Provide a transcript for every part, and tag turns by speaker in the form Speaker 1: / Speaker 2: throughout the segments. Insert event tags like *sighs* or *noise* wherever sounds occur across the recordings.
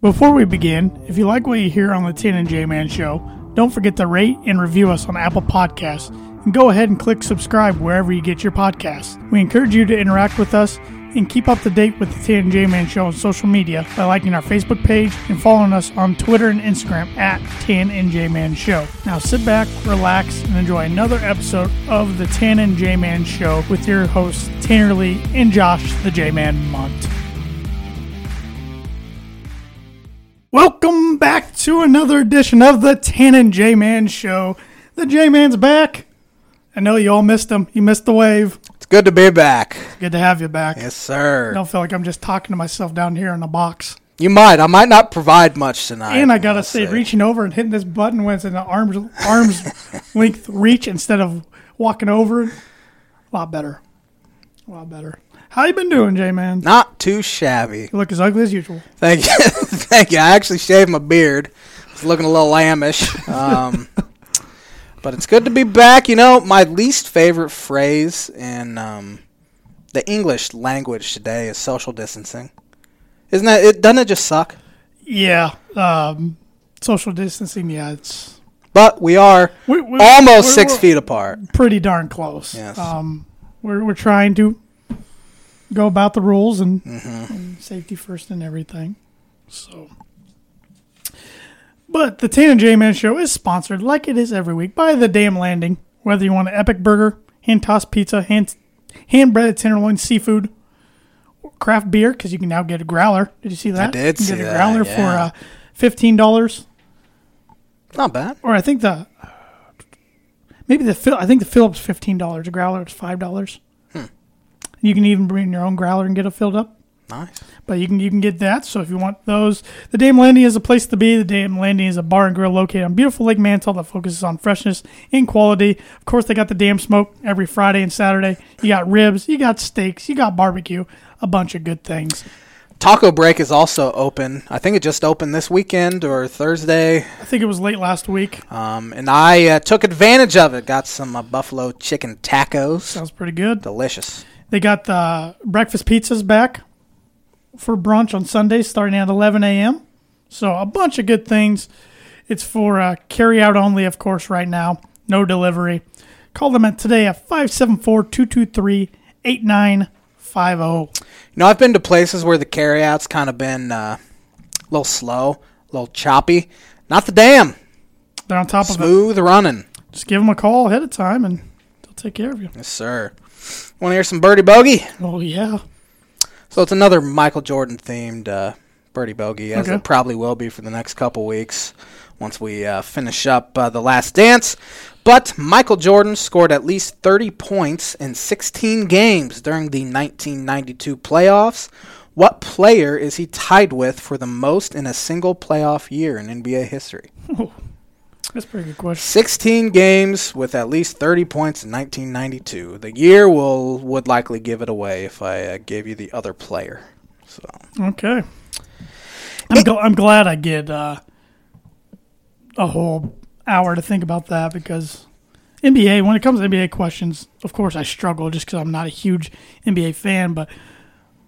Speaker 1: Before we begin, if you like what you hear on the Tin and J Man show, don't forget to rate and review us on Apple Podcasts and go ahead and click subscribe wherever you get your podcasts. We encourage you to interact with us and keep up to date with the Tin and J Man show on social media by liking our Facebook page and following us on Twitter and Instagram at Tan and J Man Show. Now sit back, relax, and enjoy another episode of the Tan and J Man Show with your hosts Tanner Lee and Josh the J Man Mont. Welcome back to another edition of the Tan and J Man Show. The J Man's back. I know you all missed him. You missed the wave.
Speaker 2: It's good to be back.
Speaker 1: Good to have you back.
Speaker 2: Yes, sir.
Speaker 1: I don't feel like I'm just talking to myself down here in the box.
Speaker 2: You might. I might not provide much tonight.
Speaker 1: And I gotta
Speaker 2: Let's
Speaker 1: say,
Speaker 2: see.
Speaker 1: reaching over and hitting this button when it's in the arms arms *laughs* length reach instead of walking over, a lot better, a lot better. How you been doing, J man?
Speaker 2: Not too shabby.
Speaker 1: You look as ugly as usual.
Speaker 2: Thank you. *laughs* Thank you. I actually shaved my beard. It's looking a little lambish. Um, *laughs* but it's good to be back. You know, my least favorite phrase in um, the English language today is social distancing. Isn't that it? Doesn't it just suck?
Speaker 1: Yeah, um, social distancing. Yeah, it's
Speaker 2: But we are
Speaker 1: we, we,
Speaker 2: almost
Speaker 1: we're-
Speaker 2: 6
Speaker 1: we're
Speaker 2: feet apart.
Speaker 1: Pretty darn close.
Speaker 2: Yes.
Speaker 1: Um, we're we're trying to go about the rules and,
Speaker 2: Mm-hmm.
Speaker 1: and safety first and everything. So. But the Tan and J Man Show is sponsored, like it is every week, by the Damn Landing. Whether you want an epic burger, hand tossed pizza, hand hand breaded tenderloin, seafood, or craft beer, because you can now get a growler. Did you see that?
Speaker 2: did
Speaker 1: You can
Speaker 2: see
Speaker 1: get a
Speaker 2: that,
Speaker 1: growler
Speaker 2: yeah.
Speaker 1: for uh, fifteen dollars,
Speaker 2: Not bad.
Speaker 1: or I think the maybe the Phil. I think the Phillips fifteen dollars. A growler is five dollars. You can even bring your own growler and get it filled up.
Speaker 2: Nice.
Speaker 1: But you can you can get that. So if you want those, the Dame Landing is a place to be. The Dame Landing is a bar and grill located on beautiful Lake Mantle that focuses on freshness and quality. Of course, they got the Dam Smoke every Friday and Saturday. You got ribs, you got steaks, you got barbecue, a bunch of good things.
Speaker 2: Taco Break is also open. I think it just opened this weekend or Thursday.
Speaker 1: I think it was late last week.
Speaker 2: Um, and I uh, took advantage of it. Got some uh, buffalo chicken tacos.
Speaker 1: Sounds pretty good.
Speaker 2: Delicious.
Speaker 1: They got the breakfast pizzas back for brunch on Sunday, starting at 11 a.m. So a bunch of good things. It's for uh, carry out only, of course, right now. No delivery. Call them at today at 574 223 8950.
Speaker 2: You know, I've been to places where the carryout's kind of been uh, a little slow, a little choppy. Not the damn.
Speaker 1: They're on top of it.
Speaker 2: Smooth running.
Speaker 1: Just give them a call ahead of time and they'll take care of you.
Speaker 2: Yes, sir. Want to hear some Birdie Bogey?
Speaker 1: Oh, yeah.
Speaker 2: So it's another Michael Jordan themed uh, Birdie Bogey, as
Speaker 1: Okay.
Speaker 2: it probably will be for the next couple weeks once we uh, finish up uh, The Last Dance. But Michael Jordan scored at least 30 points in 16 games during the 1992 playoffs. What player is he tied with for the most in a single playoff year in NBA history?
Speaker 1: That's a pretty good question.
Speaker 2: 16 games with at least 30 points in 1992. The year will would likely give it away if I uh, gave you the other player. So
Speaker 1: Okay. I'm, gl- I'm glad I get uh, a whole hour to think about that because NBA, when it comes to NBA questions, of course I struggle just because I'm not a huge NBA fan, but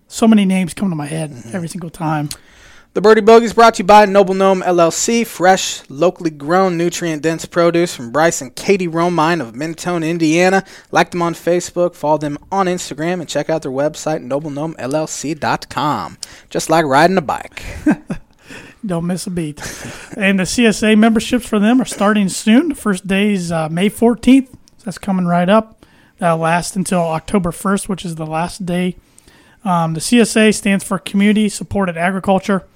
Speaker 1: so many names come to my head every single time.
Speaker 2: The Birdie Bogey's brought to you by Noble Gnome LLC, fresh, locally grown, nutrient dense produce from Bryce and Katie Romine of Mentone, Indiana. Like them on Facebook, follow them on Instagram, and check out their website, noblegnomellc.com. Just like riding a bike.
Speaker 1: Don't miss a beat. and the CSA memberships for them are starting soon. The first day's uh, May 14th. So that's coming right up. That'll last until October 1st, which is the last day. Um, the CSA stands for Community Supported Agriculture.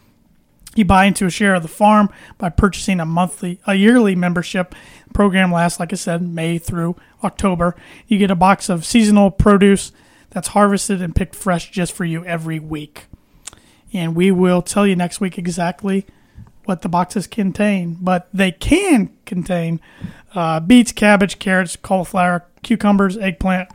Speaker 1: You buy into a share of the farm by purchasing a monthly, a yearly membership. program lasts, like I said, May through October. You get a box of seasonal produce that's harvested and picked fresh just for you every week and we will tell you next week exactly what the boxes contain. But they can contain uh, beets, cabbage, carrots, cauliflower, cucumbers, eggplant,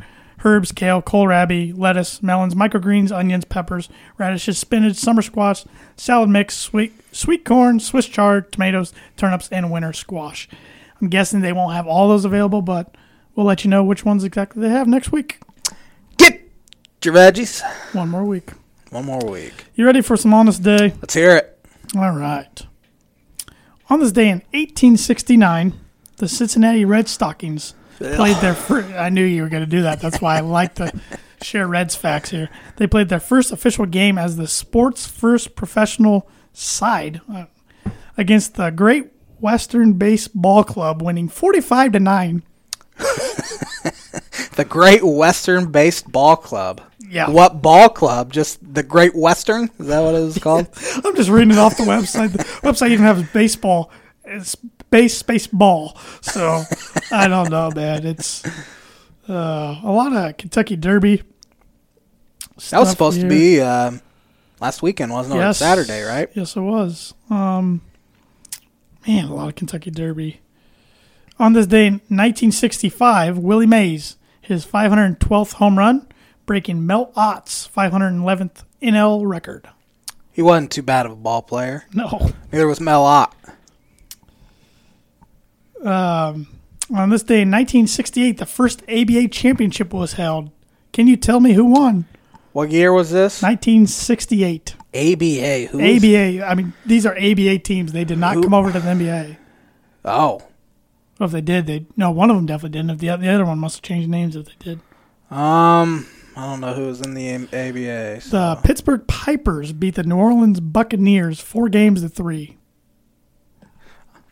Speaker 1: herbs, kale, kohlrabi, lettuce, melons, microgreens, onions, peppers, radishes, spinach, summer squash, salad mix, sweet sweet corn, Swiss chard, tomatoes, turnips, and winter squash. I'm guessing they won't have all those available, but we'll let you know which ones exactly they have next week.
Speaker 2: Get your veggies.
Speaker 1: One more week.
Speaker 2: One more week.
Speaker 1: You ready for some honest day?
Speaker 2: Let's hear it.
Speaker 1: All right. On this day in 1869, the Cincinnati Red Stockings played their. Fir- I knew you were going to do that. That's why I like to share Reds facts here. They played their first official game as the sport's first professional side uh, against the Great Western Baseball Club, winning 45 to nine.
Speaker 2: The Great Western Based Ball Club.
Speaker 1: Yeah.
Speaker 2: What ball club? Just the Great Western? Is that what it was called?
Speaker 1: I'm just reading it off the website. The website even has baseball. It's base space ball. So I don't know, man. It's uh, a lot of Kentucky Derby.
Speaker 2: That was supposed to be um last weekend, wasn't it? Or Saturday, right?
Speaker 1: Yes, it was. Um, man, a lot of Kentucky Derby. On this day in 1965, Willie Mays, his 512th home run, breaking Mel Ott's 511th NL record.
Speaker 2: He wasn't too bad of a ball player.
Speaker 1: No.
Speaker 2: Neither was Mel Ott.
Speaker 1: Um, On this day in 1968, the first ABA championship was held. Can you tell me who won?
Speaker 2: What year was this?
Speaker 1: 1968.
Speaker 2: ABA. Who was-
Speaker 1: ABA. I mean, these are ABA teams. They did not
Speaker 2: Who-
Speaker 1: come over to the NBA.
Speaker 2: Oh.
Speaker 1: Well, if they did, they no. One of them definitely didn't. If the, the other one must have changed names if they did.
Speaker 2: Um, I don't know who was in the M- ABA. so-
Speaker 1: The Pittsburgh Pipers beat the New Orleans Buccaneers four games to three.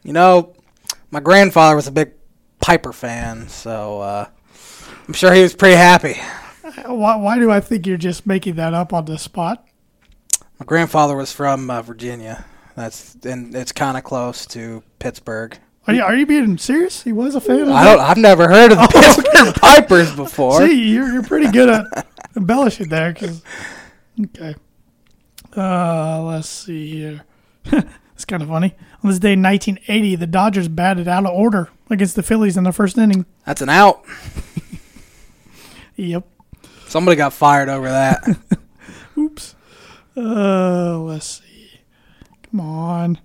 Speaker 2: You know, my grandfather was a big Piper fan, so uh, I'm sure he was pretty happy.
Speaker 1: Why, why do I think you're just making that up on the spot?
Speaker 2: My grandfather was from uh, Virginia. That's and it's kind of close to Pittsburgh.
Speaker 1: Are you, are you being serious? He was a fan. Of
Speaker 2: I
Speaker 1: that?
Speaker 2: don't. I've never heard of the Pittsburgh Pipers before.
Speaker 1: *laughs* See, you're, you're pretty good at embellishing there. 'cause- okay. Uh, let's see here. *laughs* it's kind of funny. On this day in 1980, the Dodgers batted out of order against the Phillies in the first inning.
Speaker 2: That's an out.
Speaker 1: Yep.
Speaker 2: Somebody got fired over that.
Speaker 1: Oops. Uh, let's see. Come on.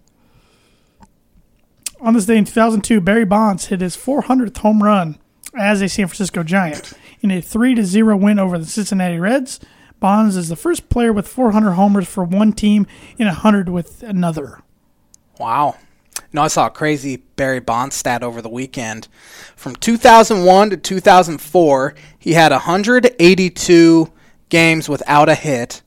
Speaker 1: On this day in 2002, Barry Bonds hit his 400th home run as a San Francisco Giant in a 3 to 0 win over the Cincinnati Reds. Bonds is the first player with 400 homers for one team and 100 with another.
Speaker 2: Wow. No, I saw a crazy Barry Bonds stat over the weekend. From 2001 to 2004, he had 182 games without a hit.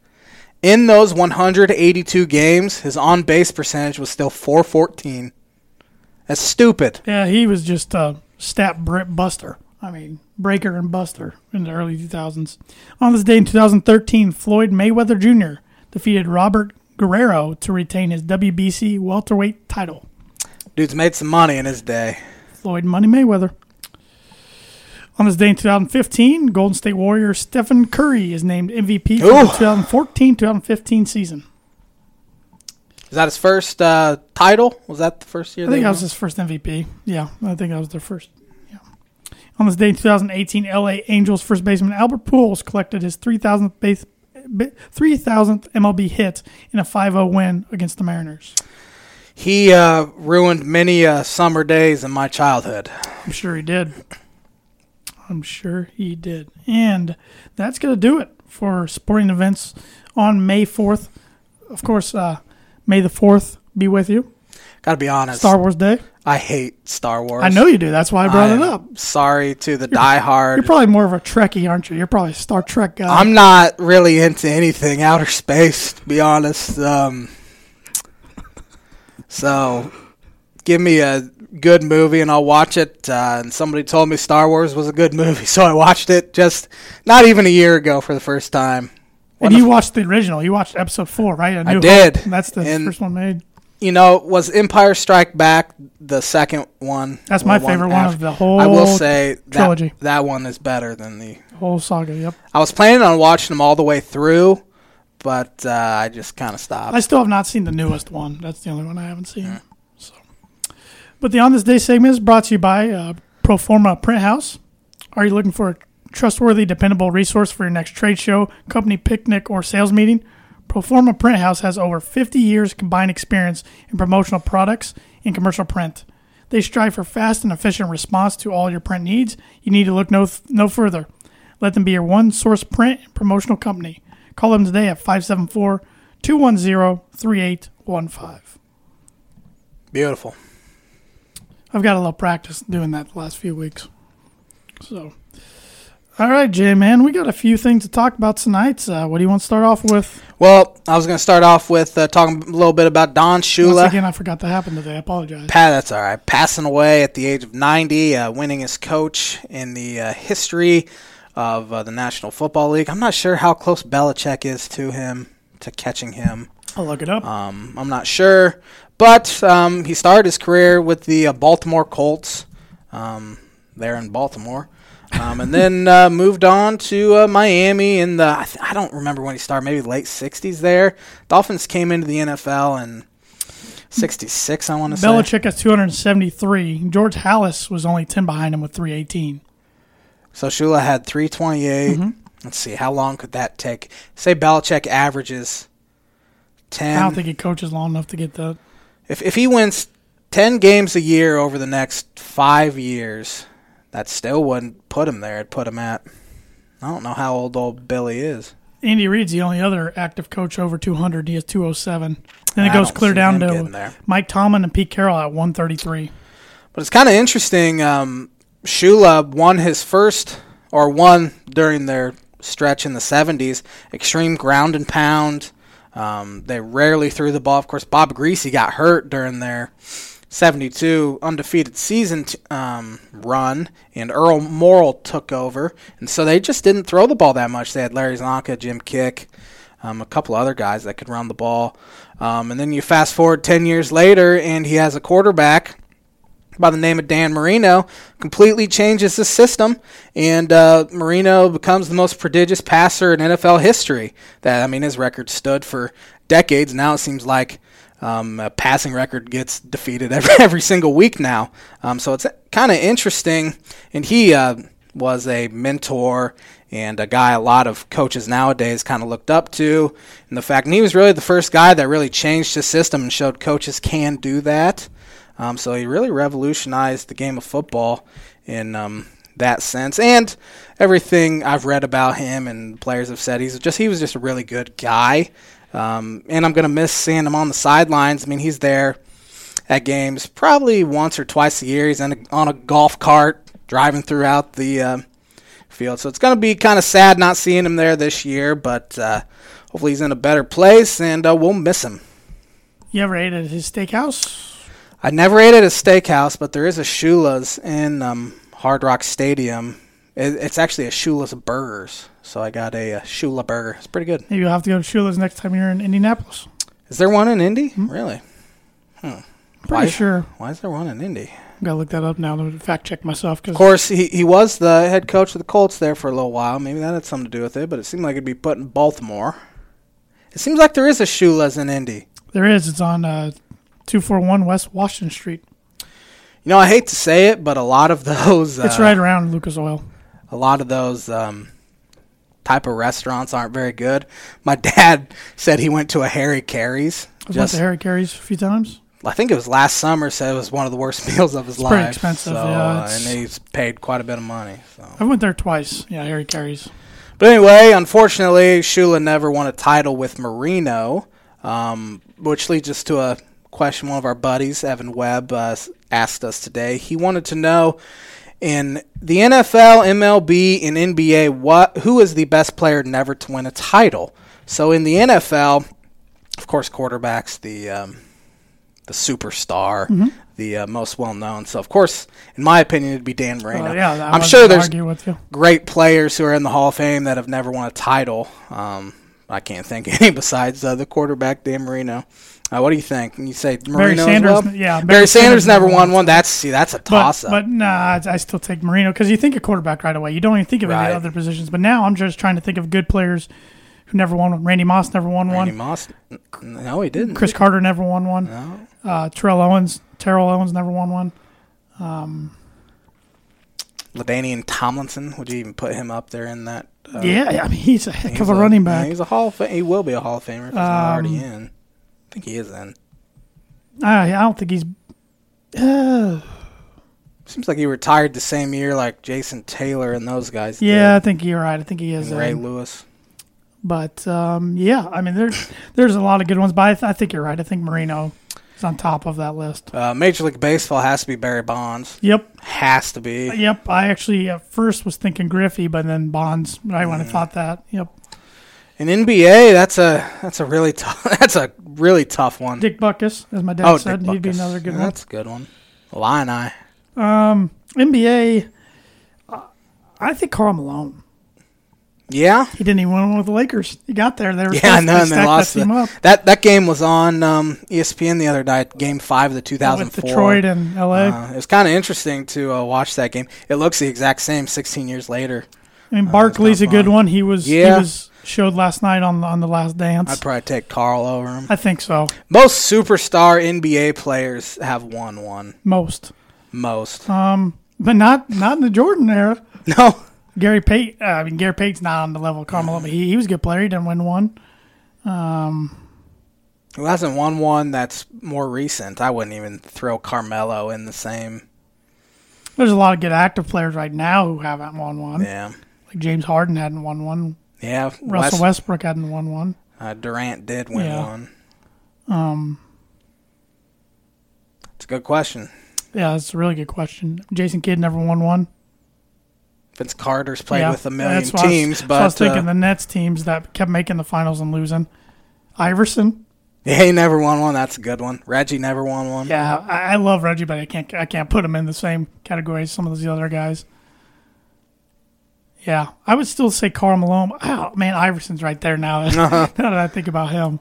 Speaker 2: In those 182 games, his on base percentage was still 414. That's stupid.
Speaker 1: Yeah, he was just a stat br- buster. I mean, breaker and buster in the early 2000s. On this day in 2013, Floyd Mayweather Jr. defeated Robert Guerrero to retain his WBC welterweight title.
Speaker 2: Dude's made some money in his day.
Speaker 1: Floyd Money Mayweather. On this day in 2015, Golden State Warrior Stephen Curry is named MVP for
Speaker 2: Ooh.
Speaker 1: the 2014-2015 season.
Speaker 2: Is that his first uh, title? Was that the first year?
Speaker 1: I think
Speaker 2: they
Speaker 1: that was
Speaker 2: won?
Speaker 1: his first MVP. Yeah, I think that was their first. Yeah. On this day in 2018, LA Angels first baseman Albert Pujols collected his 3,000th base. bi- 3,000th MLB hit in a 5-0 win against the Mariners.
Speaker 2: He uh, ruined many uh, summer days in my childhood.
Speaker 1: I'm sure he did. I'm sure he did. And that's going to do it for sporting events on May 4th. Of course, uh, May the 4th be with you.
Speaker 2: Gotta be honest.
Speaker 1: Star Wars Day.
Speaker 2: I hate Star Wars.
Speaker 1: I know you do. That's why I brought
Speaker 2: I'm
Speaker 1: it up.
Speaker 2: Sorry to the
Speaker 1: *laughs* You're
Speaker 2: diehard.
Speaker 1: probably more of a Trekkie, aren't you? You're probably a Star Trek guy.
Speaker 2: I'm not really into anything outer space, to be honest. Um, so, give me a good movie and I'll watch it. Uh, and somebody told me Star Wars was a good movie, *laughs* so I watched it just not even a year ago for the first time.
Speaker 1: and you watched the original. You watched episode four, right? A New Hope.
Speaker 2: did.
Speaker 1: That's the
Speaker 2: And-
Speaker 1: first one made.
Speaker 2: You know, was Empire Strike Back the second one?
Speaker 1: That's
Speaker 2: or
Speaker 1: my favorite one
Speaker 2: after-
Speaker 1: of the whole
Speaker 2: I will say
Speaker 1: trilogy.
Speaker 2: that, that one is better than the
Speaker 1: Whole saga. Yep.
Speaker 2: I was planning on watching them all the way through, but uh, I just kind of stopped.
Speaker 1: I still have not seen the newest one. That's the only one I haven't seen. So, but the on this day segment is brought to you by uh, Proforma Print House. Are you looking for a trustworthy, dependable resource for your next trade show, company picnic, or sales meeting? Proforma Print House has over 50 years combined experience in promotional products and commercial print. They strive for fast and efficient response to all your print needs. You need to look no, no further. Let them be your one source print and promotional company. Call them today at 574 210 3810
Speaker 2: Beautiful.
Speaker 1: I've got a little practice doing that the last few weeks. So, all right, Jay, man, we got a few things to talk about tonight. Uh, what do you want to start off with?
Speaker 2: Well, I was going to start off with uh, talking a little bit about Don Shula.
Speaker 1: Once again, I forgot that happened today. I apologize.
Speaker 2: Pa- that's all right. Passing away at the age of 90, uh, winning as coach in the uh, history of uh, the National Football League. I'm not sure how close Belichick is to him, to catching him.
Speaker 1: I'll look it up.
Speaker 2: Um, I'm not sure, but um, he started his career with the uh, Baltimore Colts um, there in Baltimore, um,
Speaker 1: *laughs*
Speaker 2: and then uh, moved on to uh, Miami in the I, th- I don't remember when he started, maybe late '60s. There, Dolphins came into the NFL in '66. I want to say
Speaker 1: Belichick has 273. George Hallis was only 10 behind him with 318.
Speaker 2: So Shula had 328.
Speaker 1: Mm-hmm.
Speaker 2: Let's see, how long could that take? Say Belichick averages
Speaker 1: I don't
Speaker 2: 10.
Speaker 1: think he coaches long enough to get that.
Speaker 2: if, if he wins 10 games a year over the next five years, that still wouldn't put him there. It'd put him at, I don't know how old old Billy is.
Speaker 1: Andy Reid's the only other active coach over 200. He has 207. Then it
Speaker 2: I
Speaker 1: goes
Speaker 2: don't
Speaker 1: clear
Speaker 2: see
Speaker 1: down
Speaker 2: him getting
Speaker 1: to
Speaker 2: there.
Speaker 1: Mike Tomlin and Pete Carroll at 133.
Speaker 2: But it's kind of interesting. Um, Shula won his first, or won during their stretch in the 70s, extreme ground and pound. Um, they rarely threw the ball. Of course, Bob Greasy got hurt during their 72 undefeated season t- um, run, and Earl Morrill took over. And so they just didn't throw the ball that much. They had Larry Zonka, Jim Kick, um, a couple other guys that could run the ball. Um, and then you fast forward 10 years later, and he has a quarterback by the name of Dan Marino, completely changes the system, and uh, Marino becomes the most prodigious passer in NFL history. That I mean, his record stood for decades. Now it seems like um, a passing record gets defeated *laughs* every, every single week now. Um, so it's kind of interesting, and he uh, was a mentor and a guy a lot of coaches nowadays kind of looked up to. And the fact, and he was really the first guy that really changed his system and showed coaches can do that. Um, so he really revolutionized the game of football in um, that sense, and everything I've read about him and players have said he's just he was just a really good guy. Um, and I'm gonna miss seeing him on the sidelines. I mean, he's there at games probably once or twice a year. He's in a, on a golf cart driving throughout the uh, field, so it's gonna be kind of sad not seeing him there this year. But uh, hopefully, he's in a better place, and uh, we'll miss him.
Speaker 1: You ever ate at his steakhouse?
Speaker 2: I never ate at a steakhouse, but there is a Shula's in um, Hard Rock Stadium. It, it's actually a Shula's Burgers, so I got a, uh Shula burger. It's pretty good.
Speaker 1: Maybe you'll have to go to Shula's next time you're in Indianapolis.
Speaker 2: Is there one in Indy? Really?
Speaker 1: Pretty
Speaker 2: Why?
Speaker 1: sure.
Speaker 2: Why is there one in Indy?
Speaker 1: I'm going to look that up now to fact check myself. Cause
Speaker 2: Of course, he, he was the head coach of the Colts there for a little while. Maybe that had something to do with it, but it seemed like it'd be put in Baltimore. It seems like there is a Shula's in Indy.
Speaker 1: There is. It's on uh, 241 West Washington Street.
Speaker 2: You know, I hate to say it, but a lot of *laughs* those uh,
Speaker 1: It's right around Lucas Oil.
Speaker 2: a lot of those um, type of restaurants aren't very good. My *laughs* dad said he went to a Harry Carey's.
Speaker 1: I've went
Speaker 2: Just,
Speaker 1: to Harry Carey's a few times.
Speaker 2: I think it was last summer. Said it was one of the worst *laughs* meals of his life.
Speaker 1: pretty expensive,
Speaker 2: so,
Speaker 1: yeah,
Speaker 2: uh,
Speaker 1: it's-
Speaker 2: and he's paid quite a bit of money. So.
Speaker 1: I went there twice. Yeah, Harry Carey's.
Speaker 2: But anyway, unfortunately, Shula never won a title with Marino, um, which leads us to a question one of our buddies, Evan Webb, uh, s- asked us today. He wanted to know in the NFL, MLB, and NBA, what who is the best player never to win a title? So in the NFL, of course, quarterbacks the um, the superstar. The uh, most well known, so of course, in my opinion, it'd be Dan Marino.
Speaker 1: Uh, yeah, I
Speaker 2: I'm
Speaker 1: wasn't
Speaker 2: sure
Speaker 1: gonna
Speaker 2: there's
Speaker 1: argue with you.
Speaker 2: great players who are in the Hall of Fame that have never won a title. Um, I can't think *laughs* of any besides uh, the quarterback Dan Marino. Uh, what do you think? Can you say Marino as
Speaker 1: Sanders,
Speaker 2: well?
Speaker 1: yeah,
Speaker 2: Barry,
Speaker 1: Barry
Speaker 2: Sanders,
Speaker 1: Sanders
Speaker 2: never won one. That's see, that's a
Speaker 1: But,
Speaker 2: toss up.
Speaker 1: but nah, I I still take Marino because you think of quarterback right away. You don't even think of
Speaker 2: Right.
Speaker 1: any other positions. But now I'm just trying to think of good players who never won one. Randy Moss never won
Speaker 2: Randy
Speaker 1: one.
Speaker 2: Moss? n- No, he didn't.
Speaker 1: Chris Carter never won one. Uh, Terrell Owens, Terrell Owens never won one.
Speaker 2: Ladainian Tomlinson. Would you even put him up there in that? Uh,
Speaker 1: yeah, I mean he's a heck
Speaker 2: he's
Speaker 1: of a, running back. Um,
Speaker 2: He's a Hall. Of Fame. He will be a Hall of Famer. If he's not already in. I think he is in.
Speaker 1: I, I don't
Speaker 2: *sighs*
Speaker 1: think he's. Uh,
Speaker 2: Seems like he retired the same year, like Jason Taylor and those guys.
Speaker 1: yeah, I
Speaker 2: did,
Speaker 1: think you're right. I think he is.
Speaker 2: and
Speaker 1: a-
Speaker 2: Ray Lewis.
Speaker 1: But um, yeah, I mean there's there's a lot of good ones, but I, th- I think you're right. I think Marino is on top of that list.
Speaker 2: Uh, Major League Baseball has to be Barry Bonds.
Speaker 1: Yep,
Speaker 2: Has to be.
Speaker 1: yep. I actually at first was thinking Griffey, but then Bonds. Right when I thought that, yep.
Speaker 2: In NBA, that's a that's a really tough *laughs* that's a really tough one.
Speaker 1: Dick Buckus, as my dad
Speaker 2: oh,
Speaker 1: said,
Speaker 2: Dick
Speaker 1: he'd be
Speaker 2: Buckus.
Speaker 1: another good
Speaker 2: Yeah,
Speaker 1: one.
Speaker 2: That's a good one. Lion Eye.
Speaker 1: Um, NBA, uh, I think Carl Malone.
Speaker 2: Yeah,
Speaker 1: He didn't even win one with the Lakers. He got there. They were
Speaker 2: yeah, I
Speaker 1: supposed to
Speaker 2: know, and they
Speaker 1: stack
Speaker 2: lost
Speaker 1: that
Speaker 2: the-
Speaker 1: team up
Speaker 2: that, that. game was on um, ESPN the other night, Game Five of the
Speaker 1: with
Speaker 2: 2004.
Speaker 1: Detroit and LA.
Speaker 2: Uh, it was kind of interesting to uh, watch that game. It looks the exact same 16 years later.
Speaker 1: I mean, Barkley's a
Speaker 2: not
Speaker 1: good
Speaker 2: mine.
Speaker 1: one. He was
Speaker 2: Yeah.
Speaker 1: he was showed last night on on the Last Dance.
Speaker 2: I'd probably take Carl over him.
Speaker 1: I think so.
Speaker 2: Most superstar NBA players have won one.
Speaker 1: Most,
Speaker 2: Most.
Speaker 1: um, but not not in the Jordan era.
Speaker 2: *laughs* No.
Speaker 1: Gary Payton. Uh, I mean, Gary Payton's not on the level of Carmelo, but he, he was a good player. He didn't win one.
Speaker 2: Who hasn't won one that's more recent? I wouldn't even throw Carmelo in the same.
Speaker 1: There's a lot of good active players right now who haven't won one.
Speaker 2: Yeah.
Speaker 1: Like James Harden hadn't won one.
Speaker 2: Yeah.
Speaker 1: Russell
Speaker 2: West-
Speaker 1: Westbrook hadn't won one.
Speaker 2: Uh, Durant did win
Speaker 1: Yeah. Um,
Speaker 2: one. Um, it's a good question.
Speaker 1: Yeah, that's a really good question. Jason Kidd never won one.
Speaker 2: Vince Carter's played
Speaker 1: Yeah,
Speaker 2: with a million
Speaker 1: that's what I was-
Speaker 2: teams,
Speaker 1: that's what
Speaker 2: but
Speaker 1: I was thinking the
Speaker 2: uh,
Speaker 1: Nets teams that kept making the finals and losing. Iverson,
Speaker 2: yeah, he never won one. That's a good one. Reggie never won one.
Speaker 1: yeah, I, I love Reggie, but I can't I can't put him in the same category as some of those other guys. Yeah, I would still say Carl Malone. Oh man, Iverson's right there now.
Speaker 2: *laughs*
Speaker 1: now that *laughs* I think about him,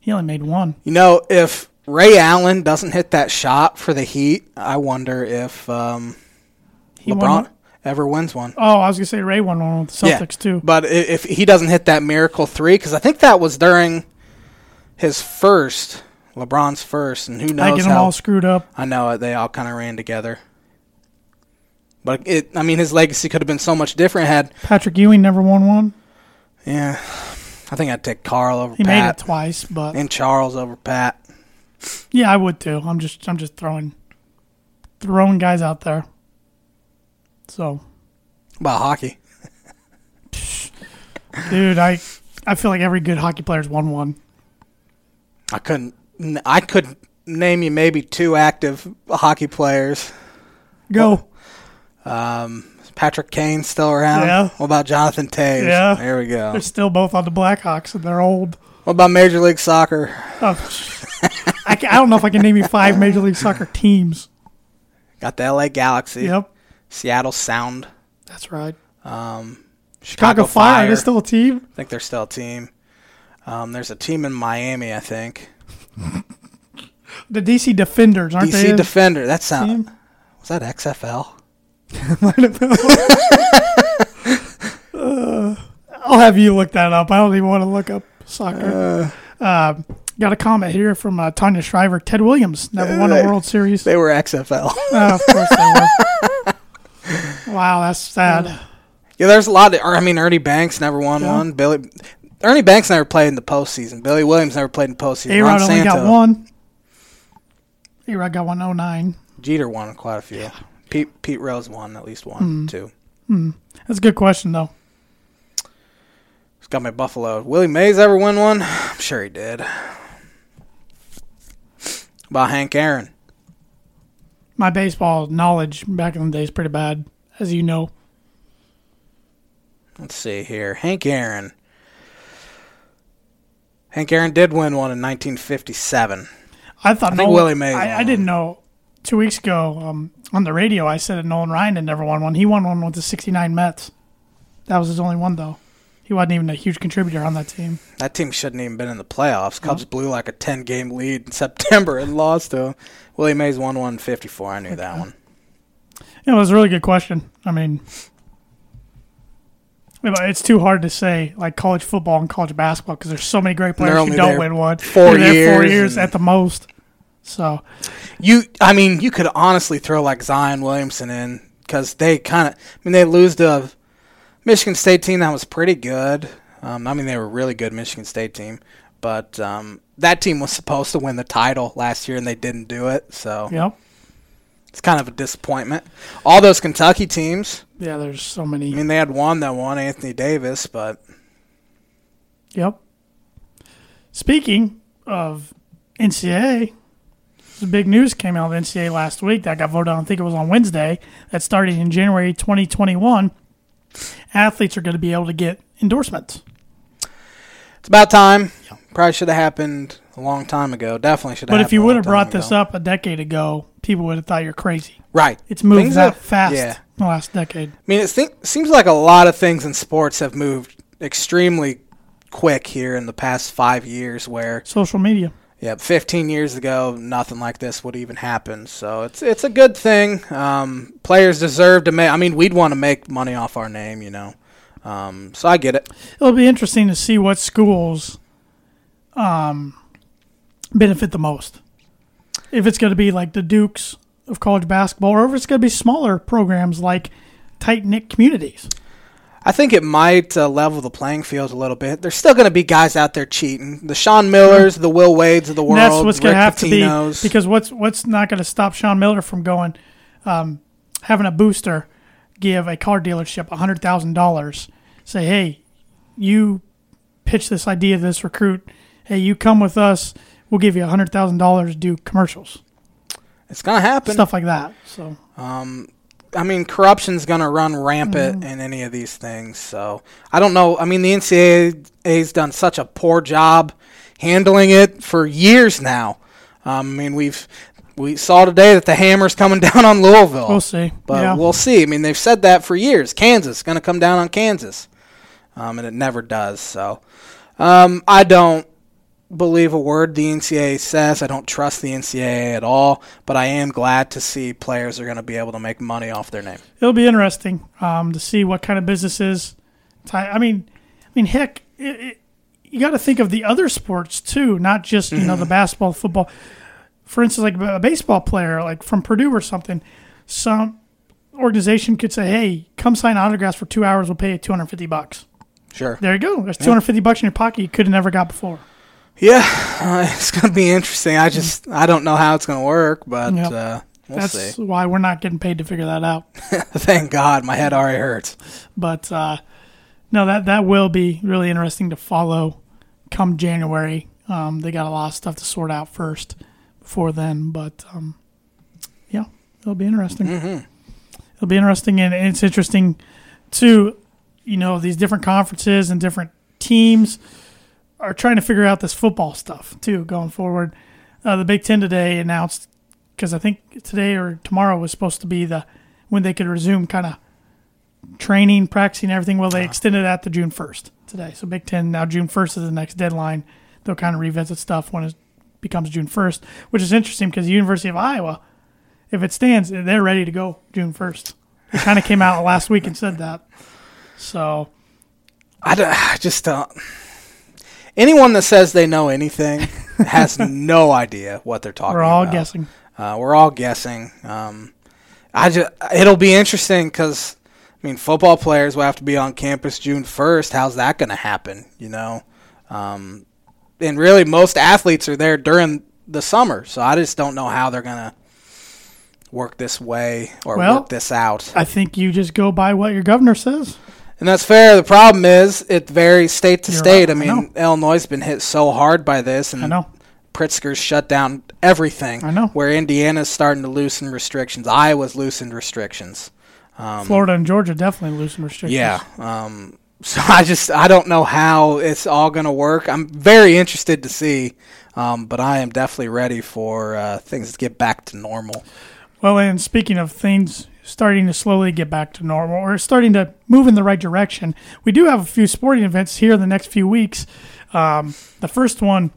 Speaker 1: he only made one.
Speaker 2: You know, if Ray Allen doesn't hit that shot for the Heat, I wonder if um,
Speaker 1: He won
Speaker 2: LeBron
Speaker 1: one?
Speaker 2: ever wins one.
Speaker 1: Oh, I was gonna say Ray won one with the Celtics too.
Speaker 2: But i- if he doesn't hit that miracle three, because I think that was during his first, LeBron's first, and who knows
Speaker 1: I get them
Speaker 2: how
Speaker 1: all screwed up.
Speaker 2: I know it. They all kind of ran together. But it, I mean, his legacy could have been so much different had.
Speaker 1: Patrick Ewing never won one.
Speaker 2: Yeah, I think I'd take Carl over
Speaker 1: He made it
Speaker 2: Pat
Speaker 1: twice, but
Speaker 2: and Charles over Pat.
Speaker 1: yeah, I would too. I'm just I'm just throwing throwing guys out there. So
Speaker 2: About hockey,
Speaker 1: dude, I I feel like every good hockey player's won one.
Speaker 2: I couldn't. n- I could name you maybe two active hockey players.
Speaker 1: Go.
Speaker 2: Um, is Patrick Kane still around?
Speaker 1: Yeah.
Speaker 2: What about Jonathan Taves?
Speaker 1: Yeah.
Speaker 2: There we go.
Speaker 1: They're still both on the Blackhawks, and they're old.
Speaker 2: What about Major League Soccer?
Speaker 1: Oh, *laughs* I, ca- I don't know if I can name you five Major League Soccer teams.
Speaker 2: Got the L.A. Galaxy.
Speaker 1: Yep,
Speaker 2: Seattle Sound.
Speaker 1: that's right.
Speaker 2: Um, Chicago,
Speaker 1: Chicago Fire, they're still a team.
Speaker 2: I think they're still a team. Um, there's a team in Miami, I think.
Speaker 1: The DC Defenders, aren't
Speaker 2: DC
Speaker 1: they? a
Speaker 2: Defender. That
Speaker 1: *laughs*
Speaker 2: sound
Speaker 1: team?
Speaker 2: was that XFL?
Speaker 1: Uh, I'll have you look that up. I don't even want to look up
Speaker 2: Uh.
Speaker 1: soccer. Um, got a comment here from uh, Tanya Shriver. Ted Williams never won a
Speaker 2: Hey.
Speaker 1: World Series.
Speaker 2: They were XFL.
Speaker 1: Oh, of course they were. wow, that's sad.
Speaker 2: *laughs* yeah, there's a lot of. Or, I mean, Ernie Banks never won
Speaker 1: Yeah.
Speaker 2: one. Billy, Ernie Banks never played in the postseason. Billy Williams never played in the postseason.
Speaker 1: A
Speaker 2: Ron
Speaker 1: Rod only
Speaker 2: Santo,
Speaker 1: got one. A Rod got one oh nine.
Speaker 2: Jeter won quite a few. Pete Pete Rose won at least
Speaker 1: Hmm.
Speaker 2: one, two.
Speaker 1: That's a good question though.
Speaker 2: It's got my Buffalo. Willie Mays ever win one? I'm sure he did. About Hank Aaron.
Speaker 1: my baseball knowledge back in the day is pretty bad, as you know.
Speaker 2: Let's see here. Hank Aaron. Hank Aaron did win one in 1957.
Speaker 1: I thought
Speaker 2: think
Speaker 1: Nolan-
Speaker 2: Willie Mays won
Speaker 1: I, I
Speaker 2: one.
Speaker 1: didn't know. Two weeks ago, um, on the radio, I said that Nolan Ryan had never won one. He won one with the '69 Mets. That was his only one, though. He wasn't even a huge contributor on that team.
Speaker 2: That team shouldn't even been in the playoffs. Cubs blew like a 10 game lead in *laughs* September and lost to him. Willie Mays won one in 54. I knew that one.
Speaker 1: It was a really good question. I mean, it's too hard to say like college football and college basketball because there's so many great
Speaker 2: They're
Speaker 1: players who
Speaker 2: only
Speaker 1: don't
Speaker 2: there
Speaker 1: win one.
Speaker 2: four
Speaker 1: They're there four
Speaker 2: years
Speaker 1: years
Speaker 2: and-
Speaker 1: at the most. So
Speaker 2: You, I mean, you could honestly throw like Zion Williamson in because they kind of, I mean, they lose to a Michigan State team that was pretty good. Um, I mean, they were a really good Michigan State team, but um, that team was supposed to win the title last year and they didn't do it. So
Speaker 1: yep,
Speaker 2: it's kind of a disappointment. All those Kentucky teams,
Speaker 1: yeah. There's so
Speaker 2: I
Speaker 1: many.
Speaker 2: mean, they had one that won Anthony Davis, but
Speaker 1: Yep. Speaking of NCAA, the big news came out of NCAA last week that got voted on. I think it was on Wednesday. That started in January 2021. Athletes are going to be able to get endorsements.
Speaker 2: It's about time. Probably should have happened a long time ago. Definitely should have.
Speaker 1: But if you
Speaker 2: happened a
Speaker 1: would
Speaker 2: long
Speaker 1: have brought
Speaker 2: time
Speaker 1: this
Speaker 2: ago.
Speaker 1: up a decade ago, people would have thought you're crazy.
Speaker 2: right?
Speaker 1: It's moved
Speaker 2: Things
Speaker 1: that
Speaker 2: have-
Speaker 1: fast
Speaker 2: yeah.
Speaker 1: in the last decade.
Speaker 2: I mean, it se- seems like a lot of things in sports have moved extremely quick here in the past five years. Where
Speaker 1: Social media.
Speaker 2: yeah, 15 years ago, nothing like this would even happen. So it's it's a good thing. Um, players deserve to make. I mean, we'd want to make money off our name, you know. Um, so I get it.
Speaker 1: It'll be interesting to see what schools um, benefit the most. If it's going to be like the Dukes of college basketball, or if it's going to be smaller programs like tight knit communities.
Speaker 2: I think it might uh, level the playing field a little bit. There's still going to be guys out there cheating. The Sean Millers, the Will Wades of the world,
Speaker 1: And that's what's going
Speaker 2: Rick
Speaker 1: to have to be
Speaker 2: Pitino's.
Speaker 1: because what's what's not going to stop Sean Miller from going um, having a booster give a car dealership hundred thousand dollars. Say, hey, you pitch this idea to this recruit. Hey, you come with us. We'll give you hundred thousand dollars to do commercials,
Speaker 2: it's going to happen.
Speaker 1: stuff like that. So
Speaker 2: Um, I mean, corruption's going to run rampant
Speaker 1: Mm.
Speaker 2: in any of these things. So I don't know. I mean, the NCAA's done such a poor job handling it for years now. Um, I mean, we've we saw today that the hammer's coming *laughs* down on Louisville.
Speaker 1: we'll see.
Speaker 2: Oh, But
Speaker 1: yeah.
Speaker 2: we'll see. I mean, they've said that for years. Kansas going to come down on Kansas, um, and it never does. So um, I don't believe a word the NCAA says. I don't trust the NCAA at all. But I am glad to see players are going to be able to make money off their name.
Speaker 1: it'll be interesting um, to see what kind of businesses. ti- I mean, I mean, heck, it, it, you got to think of the other sports too, not just you
Speaker 2: Mm-hmm.
Speaker 1: know the basketball, football. For instance, like a baseball player, like from Purdue or something, some organization could say, "Hey, come sign autographs for two hours. We'll pay you two hundred fifty bucks."
Speaker 2: Sure.
Speaker 1: There you go. There's two hundred fifty bucks in your pocket you could have never got before.
Speaker 2: Yeah, *laughs* uh, it's going to be interesting. I just I don't know how it's going to work, but
Speaker 1: Yep.
Speaker 2: uh, we'll
Speaker 1: That's
Speaker 2: see. *laughs*
Speaker 1: why we're not getting paid to figure that out.
Speaker 2: Thank God, my head already hurts.
Speaker 1: But uh, no, that that will be really interesting to follow come January. Um, they got a lot of stuff to sort out first before then, but um, yeah, it'll be
Speaker 2: Mm-hmm.
Speaker 1: interesting. It'll be interesting, and it's interesting too. You know, these different conferences and different teams are trying to figure out this football stuff too going forward. Uh, the Big Ten today announced because I think today or tomorrow was supposed to be the when they could resume kind of training, practicing, everything. Well, they extended that to June 1st today. So Big Ten now June 1st is the next deadline. They'll kind of revisit stuff when it becomes June 1st, which is interesting because the University of Iowa, if it stands, they're ready to go June 1st. It kind of came out last week and said that. So
Speaker 2: I, don't, I just don't. Anyone that says they know anything
Speaker 1: *laughs*
Speaker 2: has no idea what they're talking
Speaker 1: we're
Speaker 2: about.
Speaker 1: all guessing.
Speaker 2: Uh, we're all guessing. Um, I just, it'll be interesting because, I mean, football players will have to be on campus June 1st. How's that going to happen, you know? Um, and really, most athletes are there during the summer. So I just don't know how they're going to work this way or
Speaker 1: Well-
Speaker 2: work this out.
Speaker 1: I think you just go by what your governor says.
Speaker 2: And that's fair. The problem is it varies state to
Speaker 1: You're
Speaker 2: state.
Speaker 1: right.
Speaker 2: I
Speaker 1: I
Speaker 2: mean, Illinois has been hit so hard by this,
Speaker 1: I
Speaker 2: and
Speaker 1: know.
Speaker 2: Pritzker's shut down everything.
Speaker 1: I know.
Speaker 2: Where Indiana's starting to loosen restrictions. Iowa's loosened restrictions.
Speaker 1: Florida and Georgia definitely loosen restrictions.
Speaker 2: Yeah. Um, *laughs* so I just I don't know how it's all going to work. I'm very interested to see, um, but I am definitely ready for uh, things to get back to normal.
Speaker 1: Well, and speaking of things starting to slowly get back to normal or starting to move in the right direction, we do have a few sporting events here in the next few weeks. Um, the first one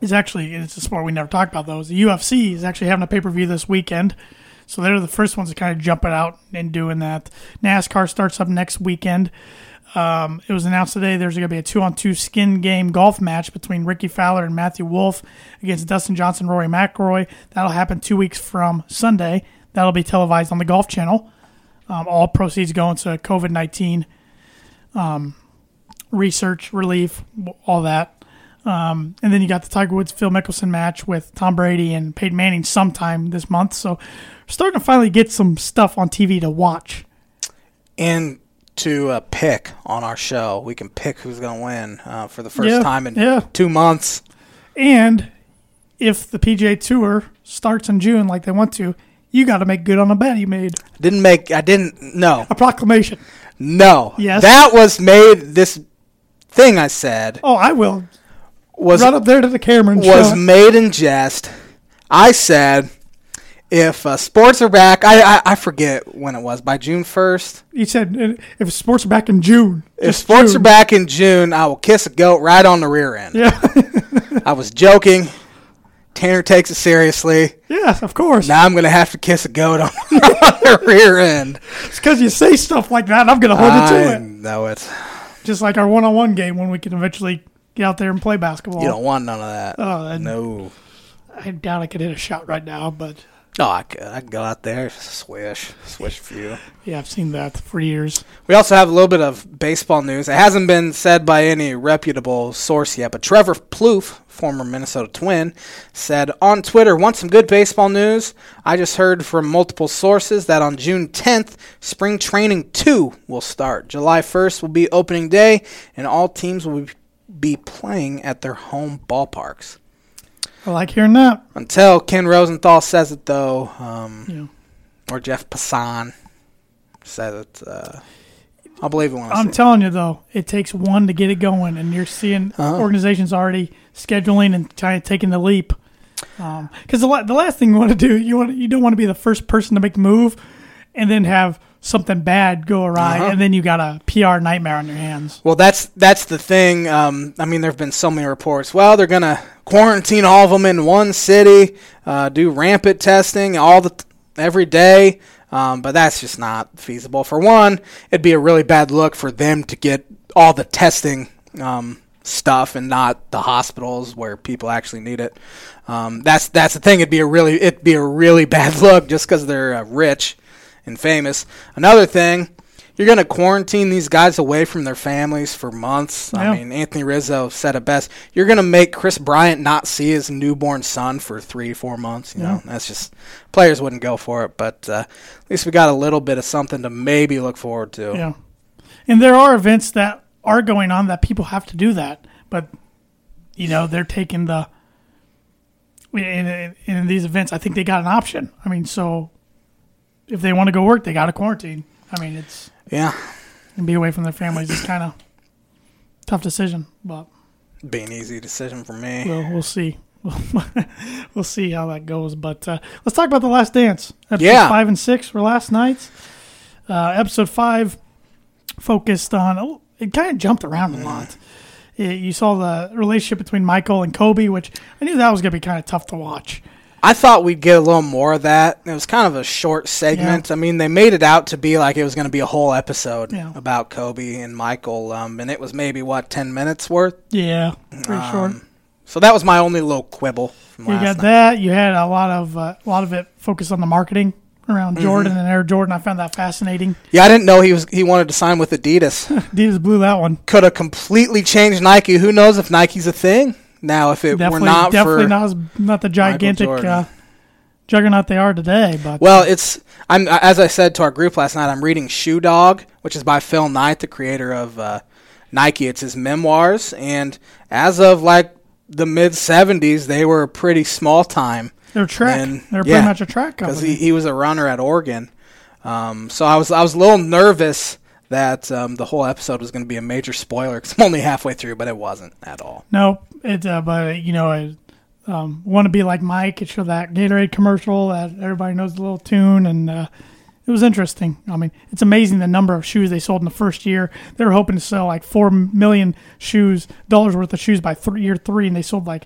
Speaker 1: is actually it's a sport we never talk about though. is The UFC is actually having a pay per view this weekend, so they're the first ones to kind of jump it out and doing that. NASCAR starts up next weekend. Um, it was announced today there's going to be a two on two skin game golf match between Ricky Fowler and Matthew Wolf against Dustin Johnson, Rory McIlroy. That'll happen two weeks from Sunday. That'll be televised on the Golf Channel. Um, all proceeds going to COVID 19 um, research, relief, w- all that. Um, and then you got the Tiger Woods Phil Mickelson match with Tom Brady and Peyton Manning sometime this month. So, starting to finally get some stuff on TV to watch.
Speaker 2: And to uh, pick on our show. We can pick who's going to win uh, for the first
Speaker 1: Yeah,
Speaker 2: time in
Speaker 1: yeah.
Speaker 2: two months.
Speaker 1: And if the PGA Tour starts in June like they want to, you got to make good on a bet you made.
Speaker 2: Didn't make. I didn't. No,
Speaker 1: A proclamation.
Speaker 2: no.
Speaker 1: Yes.
Speaker 2: That was made. This thing I said
Speaker 1: Oh, I will.
Speaker 2: was
Speaker 1: right up there to the camera and
Speaker 2: was
Speaker 1: show it.
Speaker 2: made in jest. I said, if uh, sports are back, I, I I forget when it was by June first.
Speaker 1: He said, uh, if sports are back in June.
Speaker 2: If
Speaker 1: just
Speaker 2: sports
Speaker 1: June.
Speaker 2: are back in June, I will kiss a goat right on the rear
Speaker 1: *laughs*
Speaker 2: end.
Speaker 1: Yeah.
Speaker 2: I was joking. Tanner takes it seriously.
Speaker 1: yes, of course.
Speaker 2: Now I'm gonna have to kiss a goat *laughs* on, on the rear end.
Speaker 1: It's because you say stuff like that, I'm going to hold you
Speaker 2: I
Speaker 1: to it.
Speaker 2: know it.
Speaker 1: Just like our one on one game when we can eventually get out there and play basketball.
Speaker 2: You don't want none of that.
Speaker 1: Oh, and-
Speaker 2: no.
Speaker 1: I doubt I could hit a shot right now, but
Speaker 2: No, Oh, I could. I could go out there, swish, swish a few.
Speaker 1: yeah, I've seen that for years.
Speaker 2: We also have a little bit of baseball news. It hasn't been said by any reputable source yet, but Trevor Plouffe, former Minnesota Twin, said on Twitter, "Want some good baseball news? I just heard from multiple sources that on June 10th, spring training 2 will start. July 1st will be opening day, and all teams will be playing at their home ballparks."
Speaker 1: I like hearing that.
Speaker 2: Until Ken Rosenthal says it, though, um,
Speaker 1: You know,
Speaker 2: or Jeff Passan says it, uh, I'll believe it when I see
Speaker 1: I'm
Speaker 2: it.
Speaker 1: telling you, though, it takes one to get it going, and you're seeing
Speaker 2: Uh-huh.
Speaker 1: organizations already scheduling and kind of taking the leap. Because the, la- the last thing you want to do, you want you don't want to be the first person to make the move, and then have something bad go awry,
Speaker 2: Uh-huh.
Speaker 1: and then you got a PR nightmare on your hands.
Speaker 2: Well, that's that's the thing. Um, I mean, there have been so many reports. Well, they're gonna quarantine all of them in one city, uh, do rampant testing all the t- every day. Um, but that's just not feasible. For one, it'd be a really bad look for them to get all the testing um, stuff and not the hospitals where people actually need it. Um, that's that's the thing. It'd be a really it'd be a really *laughs* bad look just because they're uh, rich and famous. Another thing, you're going to quarantine these guys away from their families for months. I
Speaker 1: Yeah.
Speaker 2: mean, Anthony Rizzo said it best. You're going to make Chris Bryant not see his newborn son for three, four months. You know, that's just players wouldn't go for it. But uh, at least we got a little bit of something to maybe look forward to.
Speaker 1: Yeah, and there are events that are going on that people have to do that, but you know they're taking the. In, in, in these events, I think they got an option. I mean, so if they want to go work, they got to quarantine. I mean, it's
Speaker 2: yeah.
Speaker 1: and be away from their families is kind of tough decision, but
Speaker 2: Be an easy decision for me.
Speaker 1: we'll we'll see. *laughs* we'll see how that goes. But uh, let's talk about the Last Dance. Episode
Speaker 2: Yeah.
Speaker 1: five and six were last night's. Uh, episode five focused on oh, it. Kind of jumped around a lot. It- you saw the relationship between Michael and Kobe, which I knew that was going to be kind of tough to watch.
Speaker 2: I thought we'd get a little more of that. It was kind of a short segment. I mean, they made it out to be like it was going to be a whole episode
Speaker 1: Yeah.
Speaker 2: about Kobe and Michael, um, and it was maybe what ten minutes worth.
Speaker 1: Yeah, pretty short.
Speaker 2: So that was my only little quibble from
Speaker 1: You
Speaker 2: last
Speaker 1: got
Speaker 2: Um, night.
Speaker 1: that. You had a lot of uh, a lot of it focused on the marketing around
Speaker 2: Mm-hmm.
Speaker 1: Jordan and Air Jordan. I found that fascinating.
Speaker 2: Yeah, I didn't know he was he wanted to sign
Speaker 1: *laughs*
Speaker 2: with Adidas.
Speaker 1: Adidas blew that one.
Speaker 2: Could have completely changed Nike. Who knows if Nike's a thing now? If it
Speaker 1: definitely,
Speaker 2: were not
Speaker 1: definitely
Speaker 2: for
Speaker 1: not as, not the gigantic
Speaker 2: Jordan.
Speaker 1: uh, juggernaut they are today. But
Speaker 2: well, it's I'm as I said to our group last night. I'm reading Shoe Dog, which is by Phil Knight, the creator of uh, Nike. It's his memoirs, and as of like the mid '70s, they were pretty small time.
Speaker 1: they're track.
Speaker 2: then-
Speaker 1: they're
Speaker 2: yeah,
Speaker 1: pretty much a track
Speaker 2: because
Speaker 1: company.
Speaker 2: he, he was a runner at Oregon. Um, so I was I was a little nervous that um, the whole episode was going to be a major spoiler 'cause I'm only halfway through, but it wasn't at all.
Speaker 1: no, it. Uh, but you know, I um, want to be like Mike. It showed that Gatorade commercial that everybody knows the little tune, and uh, it was interesting. I mean, it's amazing the number of shoes they sold in the first year. They were hoping to sell like four million shoes dollars worth of shoes by three, year three, and they sold like.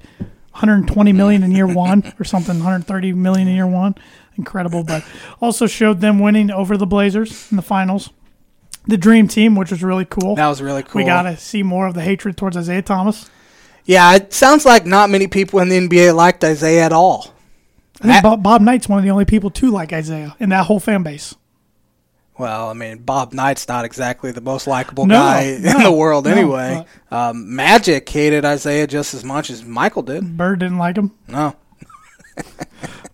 Speaker 1: 120 million in year one *laughs* or something 130 million in year one incredible but also showed them winning over the blazers in the finals the dream team which was really cool
Speaker 2: That was really cool.
Speaker 1: we got to see more of the hatred towards Isaiah Thomas.
Speaker 2: Yeah, it sounds like not many people in the NBA liked Isaiah at all.
Speaker 1: I think
Speaker 2: That-
Speaker 1: Bob, Bob Knight's one of the only people to like Isaiah in that whole fan base.
Speaker 2: Well, I mean, Bob Knight's not exactly the most likable
Speaker 1: No,
Speaker 2: guy in
Speaker 1: no,
Speaker 2: the world,
Speaker 1: no,
Speaker 2: anyway. um, Magic hated Isaiah just as much as Michael did.
Speaker 1: Bird didn't like him.
Speaker 2: No,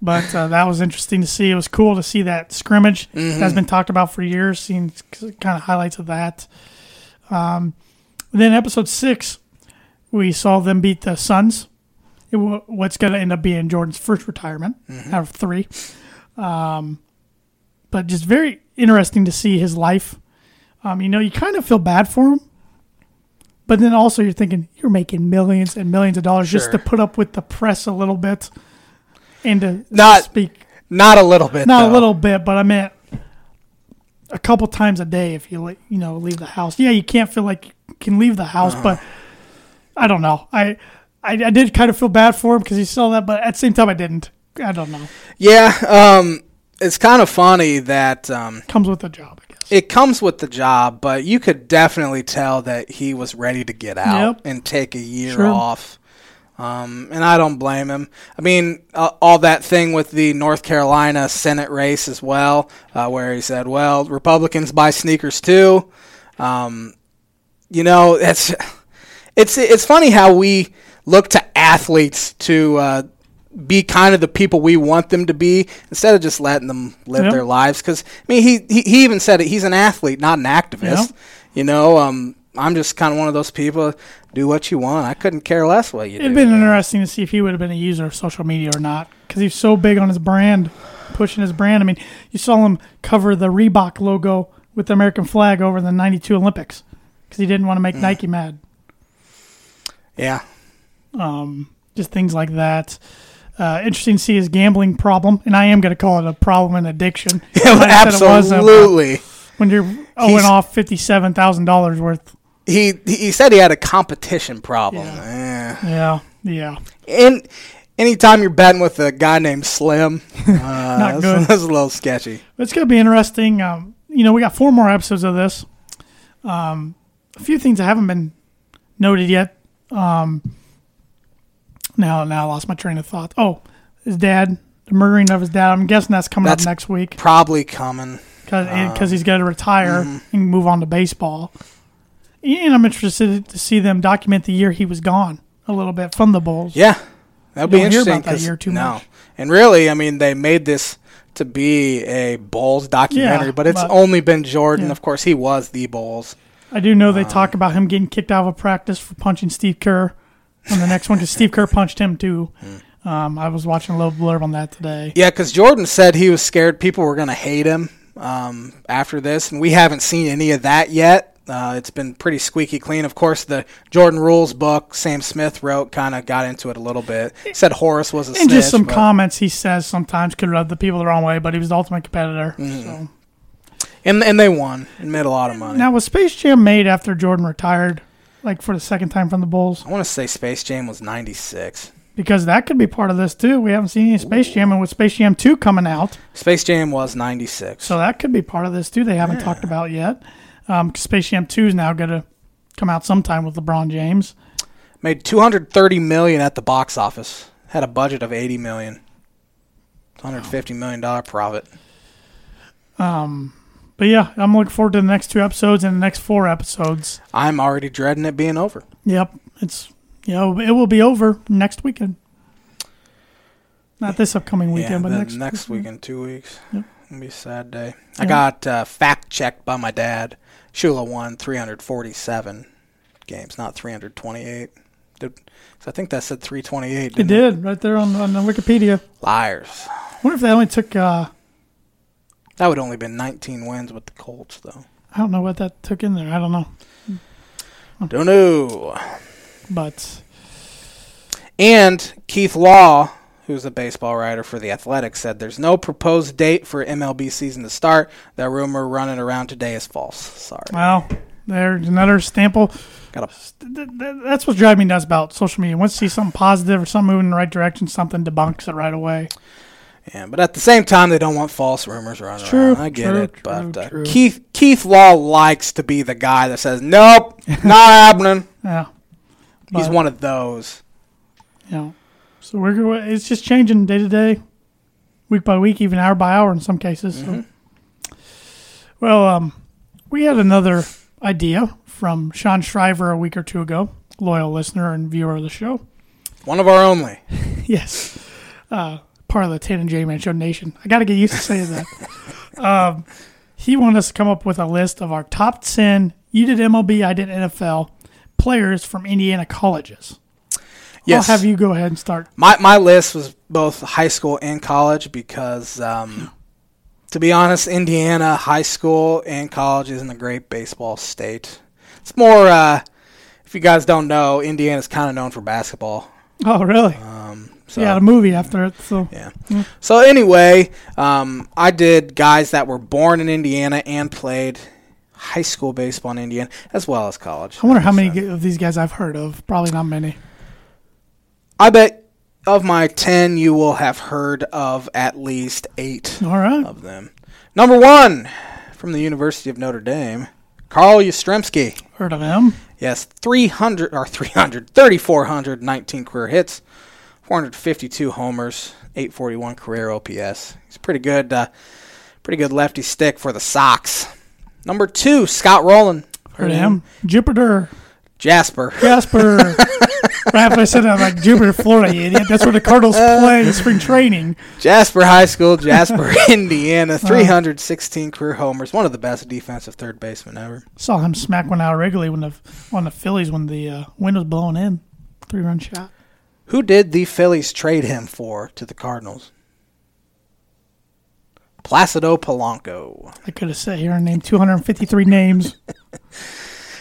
Speaker 1: But uh, that was interesting to see. It was cool to see that scrimmage that's been talked about for years, seeing kind of highlights of that. Um, then episode six, we saw them beat the Suns. It, wa- what's going to end up being Jordan's first retirement out of three. Um, but just very interesting to see his life. Um, you know, you kind of feel bad for him. But then also you're thinking you're making millions and millions of dollars just to
Speaker 2: Sure.
Speaker 1: put up with the press a little bit and to
Speaker 2: Not-
Speaker 1: speak
Speaker 2: Not a little bit.
Speaker 1: not
Speaker 2: though.
Speaker 1: a little bit, but I meant a couple times a day if you le- you know leave the house. Yeah, you can't feel like you can leave the house, but I don't know. I, I I did kind of feel bad for him because he saw that, but at the same time I didn't. I don't know.
Speaker 2: Yeah. Um, it's kind of funny that um,
Speaker 1: Comes with the job, I guess.
Speaker 2: it comes with the job, but you could definitely tell that he was ready to get out
Speaker 1: Yep.
Speaker 2: and take a year
Speaker 1: Sure.
Speaker 2: off. Um, and I don't blame him. I mean, uh, all that thing with the North Carolina Senate race as well, uh, where he said, "Well, Republicans buy sneakers too." Um, you know, it's it's it's funny how we look to athletes to uh, be kind of the people we want them to be instead of just letting them live
Speaker 1: Yeah.
Speaker 2: their lives. Because I mean, he, he he even said it. He's an athlete, not an activist.
Speaker 1: Yeah.
Speaker 2: You know, um, I'm just kind of one of those people. Do what you want. I couldn't care less what you
Speaker 1: It'd
Speaker 2: do.
Speaker 1: been
Speaker 2: man.
Speaker 1: interesting to see if he would have been a user of social media or not, because he's so big on his brand, pushing his brand. I mean, you saw him cover the Reebok logo with the American flag over the '92 Olympics, because he didn't want to make Nike mad.
Speaker 2: yeah,
Speaker 1: Um, just things like that. Uh, interesting to see his gambling problem, and I am going to call it a problem and addiction.
Speaker 2: *laughs* yeah,
Speaker 1: Like *laughs* I said, it was a-
Speaker 2: absolutely.
Speaker 1: when you're owing
Speaker 2: He's-
Speaker 1: off fifty-seven thousand dollars worth.
Speaker 2: He he said he had a competition problem. Eh.
Speaker 1: Yeah, yeah.
Speaker 2: And anytime you're betting with a guy
Speaker 1: *laughs*
Speaker 2: named Slim, uh, that's,
Speaker 1: good.
Speaker 2: that's a little sketchy.
Speaker 1: But it's going to be interesting. Um, you know, we got four more episodes of this. Um, a few things that haven't been noted yet. Um, now, now I lost my train of thought. Oh, his dad, the murdering of his dad. I'm guessing that's coming
Speaker 2: That's-
Speaker 1: up next week
Speaker 2: Probably coming.
Speaker 1: because he's going to retire and move on to baseball. And I'm interested to see them document the year he was gone a little bit from the Bulls.
Speaker 2: Yeah, that'd
Speaker 1: You don't
Speaker 2: be
Speaker 1: hear
Speaker 2: interesting.
Speaker 1: about that
Speaker 2: 'cause-
Speaker 1: year too
Speaker 2: no.
Speaker 1: much.
Speaker 2: and really, I mean, they made this to be a Bulls documentary,
Speaker 1: Yeah,
Speaker 2: but it's
Speaker 1: but-
Speaker 2: only been Jordan.
Speaker 1: yeah.
Speaker 2: Of course, he was the Bulls.
Speaker 1: I do know they talk about him getting kicked out of a practice for punching Steve Kerr on the next one because Steve Kerr punched him too. Um, I was watching a little blurb on that today.
Speaker 2: Yeah, because Jordan said he was scared people were going to hate him um, after this, and we haven't seen any of that yet. Uh, it's been pretty squeaky clean. Of course, the Jordan Rules book Sam Smith wrote kind of got into it a little bit. Said Horace was a
Speaker 1: And just some
Speaker 2: but,
Speaker 1: comments he says sometimes could rub the people the wrong way, but he was the ultimate competitor. So.
Speaker 2: and and they won and made a lot of money.
Speaker 1: Now, was Space Jam made after Jordan retired, like for the second time from the Bulls?
Speaker 2: I want to say Space Jam was '96.
Speaker 1: Because that could be part of this too. We haven't seen any Space Jam, and with Space Jam 2 coming out,
Speaker 2: Space Jam was '96.
Speaker 1: So that could be part of this too. They haven't talked about yet. Um, Space Jam Two is now going to come out sometime with LeBron James.
Speaker 2: Made 230 million at the box office. Had a budget of 80 million. 150 million dollar profit.
Speaker 1: Um, But yeah, I'm looking forward to the next two episodes and the next four episodes.
Speaker 2: I'm already dreading it being over.
Speaker 1: Yep, it's you know it will be over next weekend. Not this upcoming weekend, but
Speaker 2: the
Speaker 1: next.
Speaker 2: weekend, two weeks.
Speaker 1: Yep.
Speaker 2: It'll be a sad day. I
Speaker 1: Yeah.
Speaker 2: got uh, fact checked by my dad. Shula won 347 games, not 328. Did, so I think that said 328.
Speaker 1: It
Speaker 2: Didn't it
Speaker 1: did right there on, on the Wikipedia.
Speaker 2: Liars.
Speaker 1: I wonder if they only took. Uh,
Speaker 2: That would only been 19 wins with the Colts, though.
Speaker 1: I don't know what that took in there. I don't know,
Speaker 2: Don't know.
Speaker 1: but
Speaker 2: And Keith Law, who's a baseball writer for The Athletic, said there's no proposed date for MLB season to start. That rumor running around today is false. Sorry.
Speaker 1: well, there's another sample.
Speaker 2: Got a,
Speaker 1: th- th- that's what's driving me nuts about social media. Once you see something positive or something moving in the right direction, something debunks it right away.
Speaker 2: yeah, but at the same time, they don't want false rumors running
Speaker 1: True,
Speaker 2: around. I get
Speaker 1: true,
Speaker 2: it. but
Speaker 1: true,
Speaker 2: uh,
Speaker 1: true.
Speaker 2: Keith Keith Law likes to be the guy that says,
Speaker 1: *laughs*
Speaker 2: nope, not happening.
Speaker 1: Yeah,
Speaker 2: He's
Speaker 1: But-
Speaker 2: one of those.
Speaker 1: yeah. So we're go- it's just changing day to day, week by week, even hour by hour in some cases. So. Well, um, we had another idea from Sean Shriver a week or two ago, loyal listener and viewer of the show. *laughs*
Speaker 2: One of our only.
Speaker 1: yes. Uh, part of the Tan and J Man Show Nation. I got to get used to saying that. um, he wanted us to come up with a list of our top 10, you did MLB, I did NFL, players from Indiana colleges.
Speaker 2: Yes.
Speaker 1: I'll have you go ahead and start.
Speaker 2: My my list was both high school and college because, um, to be honest, Indiana high school and college isn't a great baseball state. It's more. Uh, if you guys don't know, Indiana's kind of known for basketball.
Speaker 1: Oh, really?
Speaker 2: Um, so
Speaker 1: Yeah, the movie after it. So
Speaker 2: yeah. So anyway, um, I did guys that were born in Indiana and played high school baseball in Indiana as well as college.
Speaker 1: I wonder how many g- of these guys I've heard of. Probably not many.
Speaker 2: I bet of my 10, you will have heard of at least eight
Speaker 1: All right.
Speaker 2: of them. Number one, from the University of Notre Dame, Carl Yastrzemski.
Speaker 1: Heard of him.
Speaker 2: Yes, 300 or 300, 3,400, 19 career hits, 452 homers, 841 career OPS. He's pretty good, uh, pretty good lefty stick for the Sox. Number two, Scott Rowland.
Speaker 1: Heard of him. Jupiter.
Speaker 2: Jasper. *laughs*
Speaker 1: Jasper. right after I said that, I'm like, Jupiter, Florida, you idiot. That's where the Cardinals play in spring training.
Speaker 2: Jasper High School, Jasper, *laughs* Indiana.
Speaker 1: Uh-huh.
Speaker 2: 316 career homers. One of the best defensive third basemen ever.
Speaker 1: Saw him smack one out of Wrigley when the, on the Phillies when the uh, wind was blowing in. Three run shot.
Speaker 2: Who did the Phillies trade him for to the Cardinals? Placido Polanco.
Speaker 1: I could have sat here and named 253 names.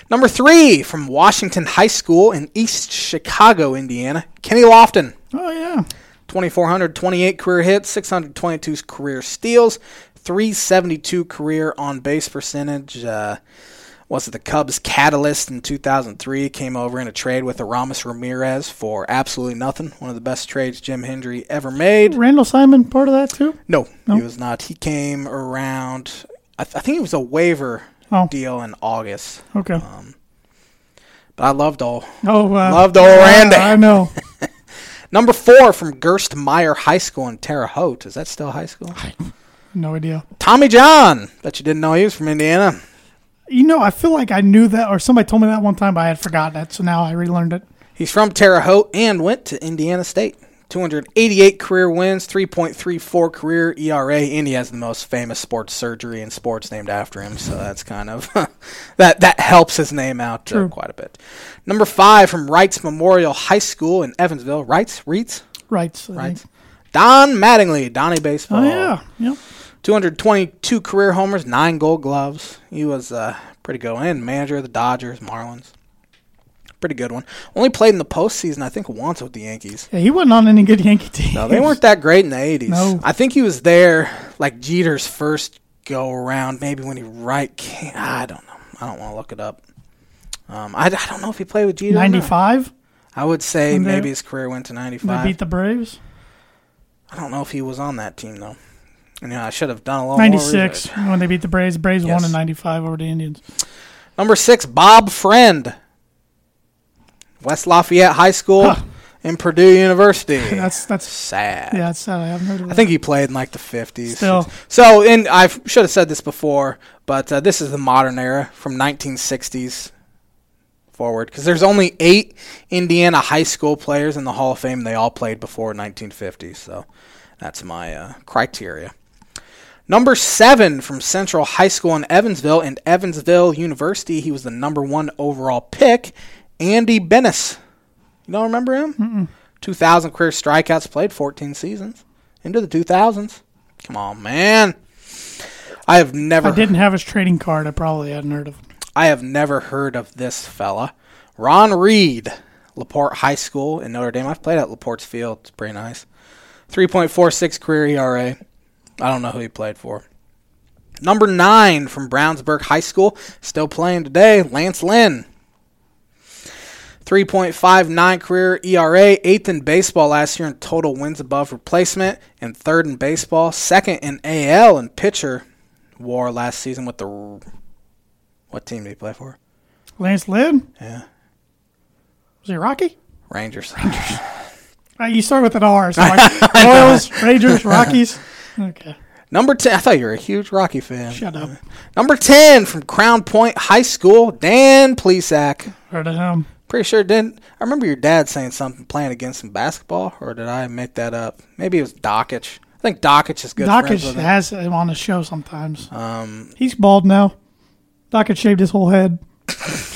Speaker 2: Number three from Washington High School in East Chicago, Indiana, Kenny Lofton.
Speaker 1: Oh, yeah.
Speaker 2: 2,428 career hits, 622 career steals, 372 career on base percentage. Uh, was it the Cubs' catalyst in 2003? Came over in a trade with Aramis Ramirez for absolutely nothing. One of the best trades Jim Hendry ever made.
Speaker 1: Randall Simon part of that, too?
Speaker 2: No,
Speaker 1: No?
Speaker 2: he was not. He came around, I, th- I think it was a waiver
Speaker 1: Oh.
Speaker 2: deal in August.
Speaker 1: Okay.
Speaker 2: But I loved all.
Speaker 1: Oh, uh,
Speaker 2: um, Loved old Randy.
Speaker 1: I know.
Speaker 2: Number four from Gerst Meyer High School in Terre Haute. Is that still high school?
Speaker 1: No idea.
Speaker 2: Tommy John. Bet you didn't know he was from Indiana.
Speaker 1: You know, I feel like I knew that, or somebody told me that one time, but I had forgotten it. So now I relearned it.
Speaker 2: He's from Terre Haute and went to Indiana State. 288 career wins, 3.34 career ERA, and he has the most famous sports surgery in sports named after him. So that's kind of *laughs* that that helps his name out uh,
Speaker 1: True.
Speaker 2: quite a bit. Number five from Wrights Memorial High School in Evansville. Wrights, Reitz,
Speaker 1: Right. Right.
Speaker 2: Wrights. Don Mattingly, Donnie baseball.
Speaker 1: Oh, yeah. Yep.
Speaker 2: 222 career homers, nine Gold Gloves. He was uh, pretty good and manager of the Dodgers, Marlins. Pretty good one. Only played in the postseason, I think, once with the Yankees.
Speaker 1: Yeah, he wasn't on any good Yankee team.
Speaker 2: No, they
Speaker 1: *laughs*
Speaker 2: weren't that great in the 80s.
Speaker 1: No.
Speaker 2: I think he was there like Jeter's first go around, maybe when he right came. I don't know. I don't want to look it up. Um, I, I don't know if he played with Jeter. or not.
Speaker 1: 95.
Speaker 2: I would say
Speaker 1: And they-
Speaker 2: maybe his career went to 95.
Speaker 1: They beat the Braves.
Speaker 2: I don't know if he was on that team, though. And, you know, I should have done a little more research.
Speaker 1: 96 when they beat the Braves. Braves
Speaker 2: Yes.
Speaker 1: won in 95 over the Indians.
Speaker 2: Number six, Bob Friend, West Lafayette High School
Speaker 1: Huh.
Speaker 2: and Purdue
Speaker 1: *laughs*
Speaker 2: University.
Speaker 1: That's that's
Speaker 2: sad.
Speaker 1: yeah, that's sad. I haven't heard of that.
Speaker 2: I think he played in like the 50s.
Speaker 1: Mm-hmm. Still.
Speaker 2: So, and I should have said this before, but uh, this is the modern era from 1960s forward because there's only eight Indiana high school players in the Hall of Fame. and They all played before 1950, so that's my uh, criteria. Number seven from Central High School in Evansville and Evansville University. He was the number one overall pick. Andy Bennis. You don't remember him? 2,000 career strikeouts played, 14 seasons. Into the 2000s. Come on, man. I have never
Speaker 1: I didn't have his trading card. I probably hadn't heard of him.
Speaker 2: I have never heard of this fella. Ron Reed, LaPorte High School in Notre Dame. I've played at LaPorte's Field. It's pretty nice. 3.46 career ERA. I don't know who he played for. Number nine from Brownsburg High School, still playing today, Lance Lynn. 3.59 career ERA, eighth in baseball last year in total wins above replacement, and third in baseball, second in AL and pitcher war last season with the what team did he play for?
Speaker 1: Lance Lynn?
Speaker 2: Yeah.
Speaker 1: Was he Rocky?
Speaker 2: Rangers.
Speaker 1: Uh, you start with an R.
Speaker 2: *laughs*
Speaker 1: So like Royals, Rangers, Rockies. Okay.
Speaker 2: Number 10. I thought you were a huge Rocky fan.
Speaker 1: Shut up.
Speaker 2: Number 10 from Crown Point High School, Dan Plesak.
Speaker 1: Heard of him.
Speaker 2: Pretty sure it didn't. I remember your dad saying something playing against him basketball, or did I make that up? Maybe it was Dockich. I think Dockich is good. friends
Speaker 1: Dockage
Speaker 2: with him.
Speaker 1: has him on the show sometimes.
Speaker 2: Um,
Speaker 1: He's bald now. Dockage shaved his whole head.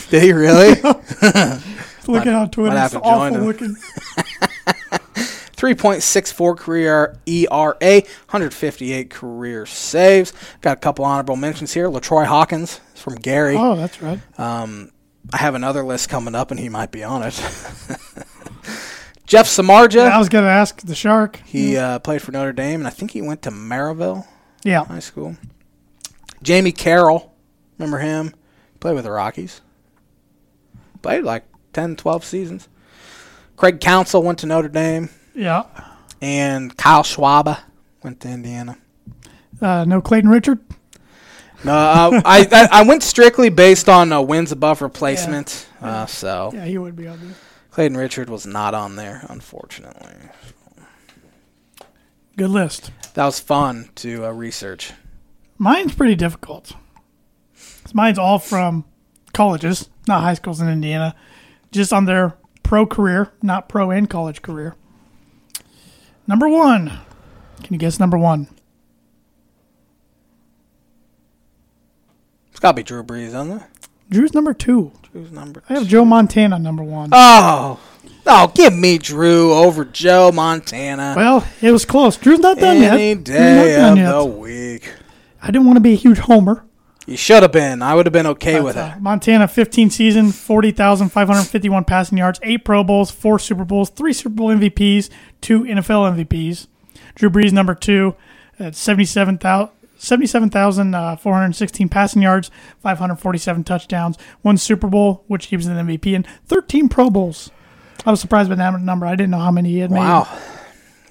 Speaker 2: did
Speaker 1: *laughs*
Speaker 2: he really?
Speaker 1: Look at on Twitter.
Speaker 2: might
Speaker 1: It's
Speaker 2: have to join
Speaker 1: awful
Speaker 2: him. *laughs*
Speaker 1: looking.
Speaker 2: 3.64 career E ERA, 158 career saves. Got a couple honorable mentions here. Latroy Hawkins from Gary.
Speaker 1: Oh, that's right.
Speaker 2: Um, I have another list coming up, and he might be on it. *laughs* Jeff Samarja.
Speaker 1: I was going to ask the
Speaker 2: *laughs*
Speaker 1: shark.
Speaker 2: He uh, played for Notre Dame, and I think he went to Maryville
Speaker 1: Yeah.
Speaker 2: High School. Jamie Carroll, remember him? Played with the Rockies. Played like 10, 12 seasons. Craig Council went to Notre Dame,
Speaker 1: Yeah.
Speaker 2: and Kyle Schwaba went to Indiana.
Speaker 1: Uh, no Clayton Richard.
Speaker 2: No,
Speaker 1: *laughs*
Speaker 2: uh, I, I I went strictly based on uh, wins above replacement. Uh, so
Speaker 1: Yeah, he would be on there.
Speaker 2: Clayton Richard was not on there, unfortunately.
Speaker 1: Good list.
Speaker 2: That was fun to uh, research.
Speaker 1: Mine's pretty difficult. 'Cause Mine's all from colleges, not high schools in Indiana, just on their pro career, not pro and college career. Number one. Can you guess number one?
Speaker 2: It's got to be Drew Brees, isn't it?
Speaker 1: Drew's number two.
Speaker 2: Drew's number.
Speaker 1: I have Joe Montana number one.
Speaker 2: Oh, oh, give me Drew over Joe Montana
Speaker 1: Well, it was close. Drew's not done yet.
Speaker 2: any
Speaker 1: Drew's not
Speaker 2: day
Speaker 1: done
Speaker 2: of
Speaker 1: yet.
Speaker 2: the week.
Speaker 1: I didn't want to be a huge homer.
Speaker 2: You should have been. I would have been okay with
Speaker 1: Uh,
Speaker 2: it.
Speaker 1: Montana, 15 season, 40,551 passing yards, eight Pro Bowls, four Super Bowls, three Super Bowl MVPs, two NFL MVPs. Drew Brees, number two, at 77,000. uh, 77,416 passing yards, 547 touchdowns, one Super Bowl, which keeps him an MVP, and 13 Pro Bowls. I was surprised by that number. I didn't know how many he had
Speaker 2: Wow.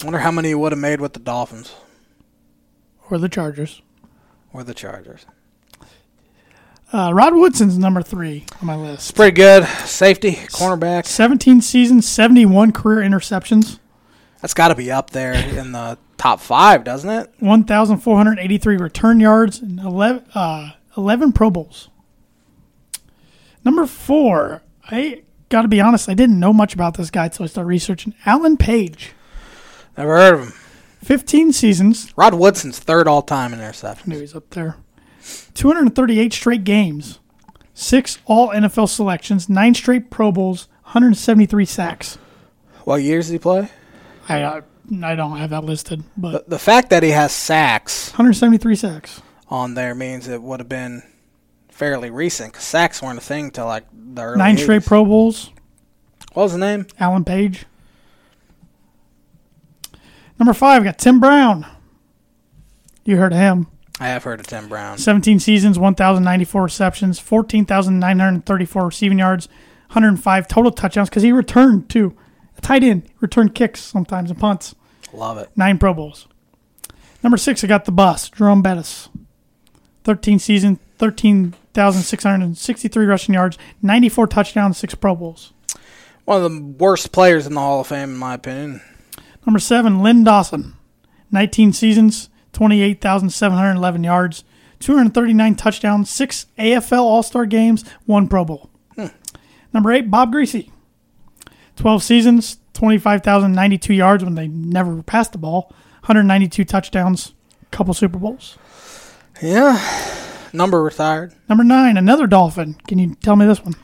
Speaker 2: Wonder how many he would have made with the Dolphins
Speaker 1: made. Or the Chargers.
Speaker 2: or the Chargers.
Speaker 1: Uh, Rod Woodson's number three on my list.
Speaker 2: It's pretty good. Safety, cornerback.
Speaker 1: 17 seasons, 71 career interceptions,
Speaker 2: That's got to be up there in the top five, doesn't it?
Speaker 1: 1,483 return yards, and 11, uh, 11 Pro Bowls. Number four, I got to be honest, I didn't know much about this guy until I started researching. Alan Page,
Speaker 2: Never heard of him.
Speaker 1: 15 seasons.
Speaker 2: Rod Woodson's third all-time
Speaker 1: I knew
Speaker 2: interception.
Speaker 1: he's up there. 238 straight games, six All NFL selections, nine straight Pro Bowls, 173 sacks.
Speaker 2: What years did he play?
Speaker 1: I, I, I don't have that listed, but
Speaker 2: The, the fact that he has sacks
Speaker 1: 173 sacks.
Speaker 2: on there means it would have been fairly recent 'cause sacks weren't a thing till like the early
Speaker 1: Nine straight
Speaker 2: 80s.
Speaker 1: Pro Bowls,
Speaker 2: What was the name?
Speaker 1: Alan Page. Number five, we got Tim Brown. You heard of him.
Speaker 2: I have heard of Tim Brown.
Speaker 1: 17 seasons, 1,094 receptions, 14,934 receiving yards, 105 total touchdowns because he returned too. Tight end, returned kicks sometimes and punts.
Speaker 2: Love it.
Speaker 1: Nine Pro Bowls. Number six, I got the boss, Jerome Bettis. 13 season, 13,663 rushing yards, 94 touchdowns, six Pro Bowls.
Speaker 2: One of the worst players in the Hall of Fame, in my opinion.
Speaker 1: Number seven, Lynn Dawson. 19 seasons, 28,711 yards, 239 touchdowns, six AFL All Star games, one Pro Bowl. Number eight, Bob Greasy. 12 seasons, 25,092 yards when they never passed the ball, 192 touchdowns, couple Super Bowls.
Speaker 2: Yeah. Number retired.
Speaker 1: Number nine, another Dolphin. Can you tell me this one?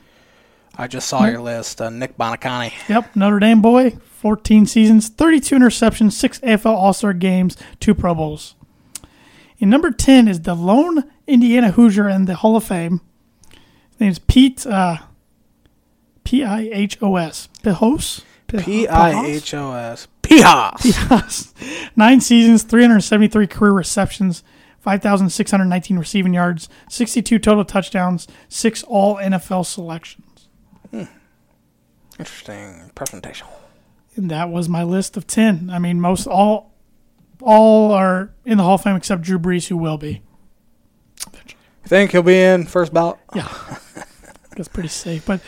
Speaker 2: I just saw your list. Uh, Nick Bonacani.
Speaker 1: Yep, Notre Dame boy, 14 seasons, 32 interceptions, six AFL All Star games, two Pro Bowls. And number 10 is the lone Indiana Hoosier in the Hall of Fame. His name's Pete, uh, P I H O S. Pijos? Pij-
Speaker 2: P I H O S. Pihas.
Speaker 1: Pijos. *laughs* Nine seasons, 373 career receptions, 5,619 receiving yards, 62 total touchdowns, six all NFL selections.
Speaker 2: Interesting presentation.
Speaker 1: And that was my list of ten. I mean, most all all are in the Hall of Fame except Drew Brees, who will be.
Speaker 2: Think he'll be in first ballot?
Speaker 1: Yeah, that's pretty safe. But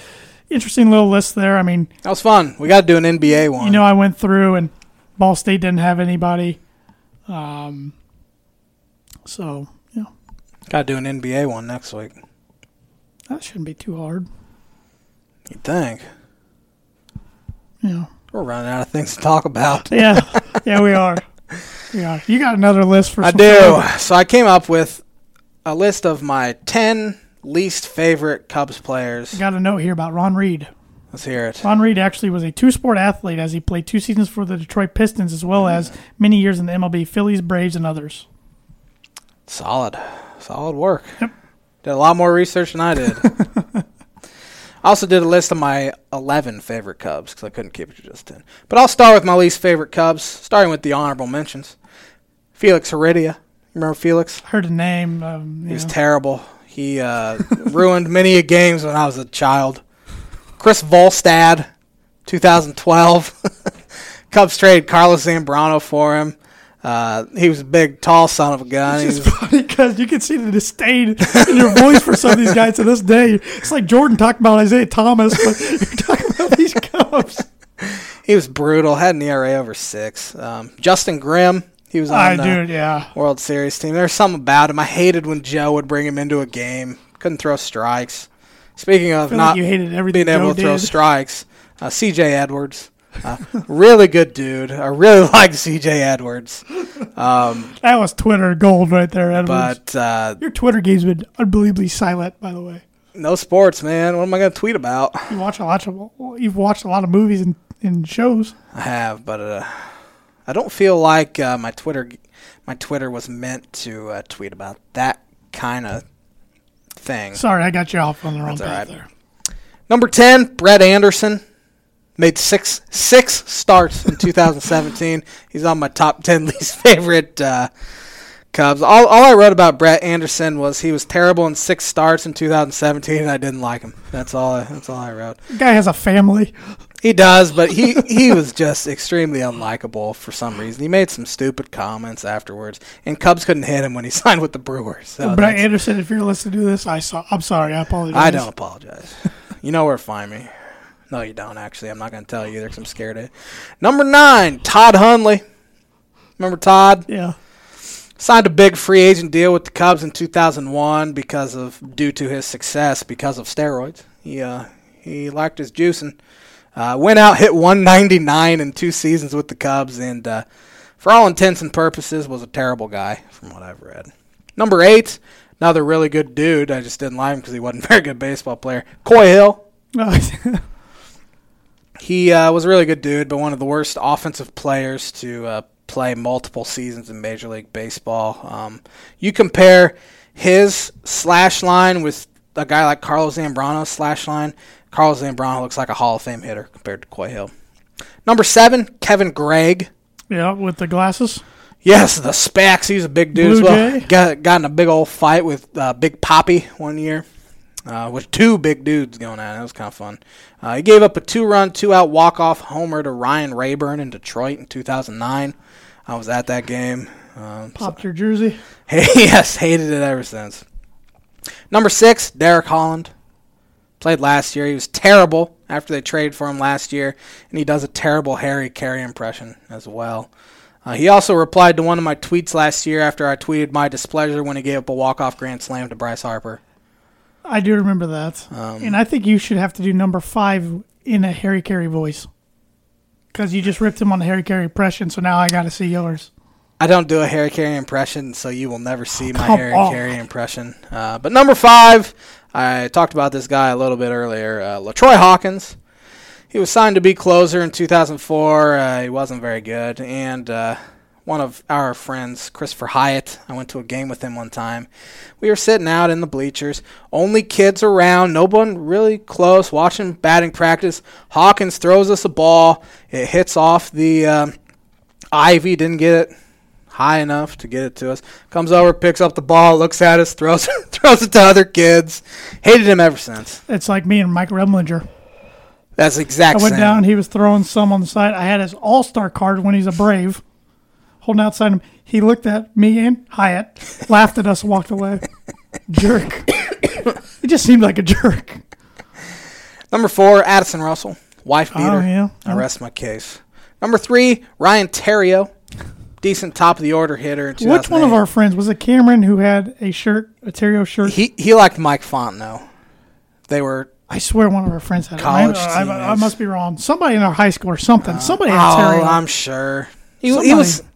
Speaker 1: interesting little list there. I mean,
Speaker 2: That was fun. We got to do an NBA one.
Speaker 1: you know, I went through and Ball State didn't have anybody. Um, so yeah,
Speaker 2: got to do an NBA one next week.
Speaker 1: that shouldn't be too hard.
Speaker 2: You think?
Speaker 1: Yeah.
Speaker 2: We're running out of things to talk about.
Speaker 1: Yeah. yeah, we are. We are. You got another list for
Speaker 2: *laughs* I
Speaker 1: some
Speaker 2: do.
Speaker 1: filler?
Speaker 2: So I came up with a list of my 10 least favorite Cubs players.
Speaker 1: Got a note here about Ron Reed.
Speaker 2: Let's hear it.
Speaker 1: Ron Reed actually was a two sport athlete as he played two seasons for the Detroit Pistons as well as many years in the MLB, Phillies, Braves, and others.
Speaker 2: Solid. Solid work.
Speaker 1: Yep.
Speaker 2: Did a lot more research than
Speaker 1: *laughs*
Speaker 2: I did. I also did a list of my 11 favorite Cubs because I couldn't keep it to just 10. But I'll start with my least favorite Cubs, starting with the honorable mentions. Felix Heredia. Remember Felix?
Speaker 1: Heard a name. Um,
Speaker 2: He
Speaker 1: you
Speaker 2: was
Speaker 1: know.
Speaker 2: terrible. He uh, ruined many a games when I was a child. Chris Volstad, 2012. *laughs* Cubs traded Carlos Zambrano for him. Uh, he was a big, tall son of a gun. He
Speaker 1: It's
Speaker 2: was-
Speaker 1: just funny *laughs* because you can see the disdain in your voice for some of these guys to this day. It's like Jordan talking about Isaiah Thomas, but *laughs* you're talking about these
Speaker 2: *laughs*
Speaker 1: Cubs.
Speaker 2: he was brutal. Had an ERA over six. Um, Justin Grimm. He was on
Speaker 1: I
Speaker 2: the
Speaker 1: dude, yeah.
Speaker 2: World Series team. There was something about him. I hated when Joe would bring him into a game. Couldn't throw strikes. Speaking of
Speaker 1: I feel
Speaker 2: not
Speaker 1: like you hated everything
Speaker 2: being able
Speaker 1: Joe
Speaker 2: to throw
Speaker 1: did.
Speaker 2: strikes. Uh, CJ Edwards, uh, really good dude. I really *laughs* like CJ Edwards, Um,
Speaker 1: that was Twitter gold right there, Edwards.
Speaker 2: but uh,
Speaker 1: your Twitter game's been unbelievably silent, by the way.
Speaker 2: no sports, man. What am I going to tweet about?
Speaker 1: You watch a lot of you've watched a lot of movies and, and shows.
Speaker 2: I have, but uh, I don't feel like uh, my Twitter, my Twitter was meant to uh, tweet about that kind of thing.
Speaker 1: Sorry, I got you off on the wrong
Speaker 2: That's all
Speaker 1: path
Speaker 2: right.
Speaker 1: there.
Speaker 2: Number ten, Brett Anderson. Made six six starts in 2017. He's on my top ten *laughs* least favorite uh, Cubs. All, all I wrote about Brett Anderson was he was terrible in six starts in 2017, and I didn't like him. That's all. I, that's all I wrote.
Speaker 1: The guy has a family.
Speaker 2: He does, but he he was just extremely unlikable for some reason. He made some stupid comments afterwards, and Cubs couldn't hit him when he *laughs* signed with the Brewers. So
Speaker 1: Brett
Speaker 2: that's-
Speaker 1: Anderson, if you're listening to this, I saw. I'm sorry, I apologize.
Speaker 2: Oh, I don't apologize. You know where to find me. No, you don't, actually. I'm not going to tell you either 'cause I'm scared of it. Number nine, Todd Hunley. Remember Todd?
Speaker 1: Yeah,
Speaker 2: Signed a big free agent deal with the Cubs in 2001 because of due to his success because of steroids. He, uh, he liked his juicing. Uh, went out, hit 199 in two seasons with the Cubs, and uh, for all intents and purposes, was a terrible guy from what I've read. Number eight, another really good dude. I just didn't like him because he wasn't *laughs* a very good baseball player. Coy Hill.
Speaker 1: Uh,
Speaker 2: He uh, was a really good dude, but one of the worst offensive players to uh, play multiple seasons in Major League Baseball. Um, you compare his slash line with a guy like Carlos Zambrano's slash line. Carlos Zambrano looks like a Hall of Fame hitter compared to Coy Hill. Number seven, Kevin Gregg.
Speaker 1: *laughs* yeah, with the glasses.
Speaker 2: Yes, the Spax. He's a big dude
Speaker 1: Blue
Speaker 2: as well.
Speaker 1: Jay?
Speaker 2: Got, got in a big old fight with uh, Big Poppy one year uh, with two big dudes going at it. That was kind of fun. Uh, he gave up a two run, two out walk off homer to Ryan Rayburn in Detroit in 2009. I was at that game. Um, so-
Speaker 1: Popped your jersey.
Speaker 2: *laughs* yes, hated it ever since. Number six, Derek Holland. Played last year. He was terrible after they traded for him last year, and he does a terrible Harry Carey impression as well. Uh, he also replied to one of my tweets last year after I tweeted my displeasure when he gave up a walk-off grand slam to Bryce Harper.
Speaker 1: I do remember that,
Speaker 2: Um,
Speaker 1: and I think you should have to do number five in a Harry Carey voice because you just ripped him on the Harry Carey impression. So now I got to see yours.
Speaker 2: I don't do a Harry Carey impression, so you will never see my
Speaker 1: Come
Speaker 2: Harry
Speaker 1: on.
Speaker 2: Carey impression. Uh, but number five, I talked about this guy a little bit earlier, uh, Latroy Hawkins. He was signed to be closer in 2004. Uh, he wasn't very good, and uh, one of our friends, Christopher Hyatt, I went to a game with him one time. We were sitting out in the bleachers, only kids around, no one really close, watching batting practice. Hawkins throws us a ball. It hits off the. Um, Ivy didn't get it high enough to get it to us. Comes over, picks up the ball, looks at us, throws *laughs* throws it to other kids. Hated him ever since.
Speaker 1: It's like me and Mike Remlinger.
Speaker 2: That's the exact.
Speaker 1: I went
Speaker 2: same.
Speaker 1: down. He was throwing some on the side. I had his All Star card when he's a Brave, holding outside him. He looked at me and Hyatt, laughed at us, and walked
Speaker 2: *laughs*
Speaker 1: away. jerk. *coughs* he just seemed like a jerk.
Speaker 2: Number four, Addison Russell, wife beater.
Speaker 1: Oh, yeah.
Speaker 2: I rest my case. Number three, Ryan Terrio, decent top of the order hitter. In
Speaker 1: Which one of
Speaker 2: 2008.
Speaker 1: our friends was it? Cameron who had a shirt, a Terrio shirt.
Speaker 2: He he liked Mike Fontenot. They were
Speaker 1: I swear one of our friends had
Speaker 2: College
Speaker 1: it. I,
Speaker 2: team
Speaker 1: I, I
Speaker 2: is-
Speaker 1: must be wrong. Somebody in our high school or something. Somebody
Speaker 2: Oh,
Speaker 1: had Terry.
Speaker 2: I'm sure. He, he was
Speaker 1: Somebody-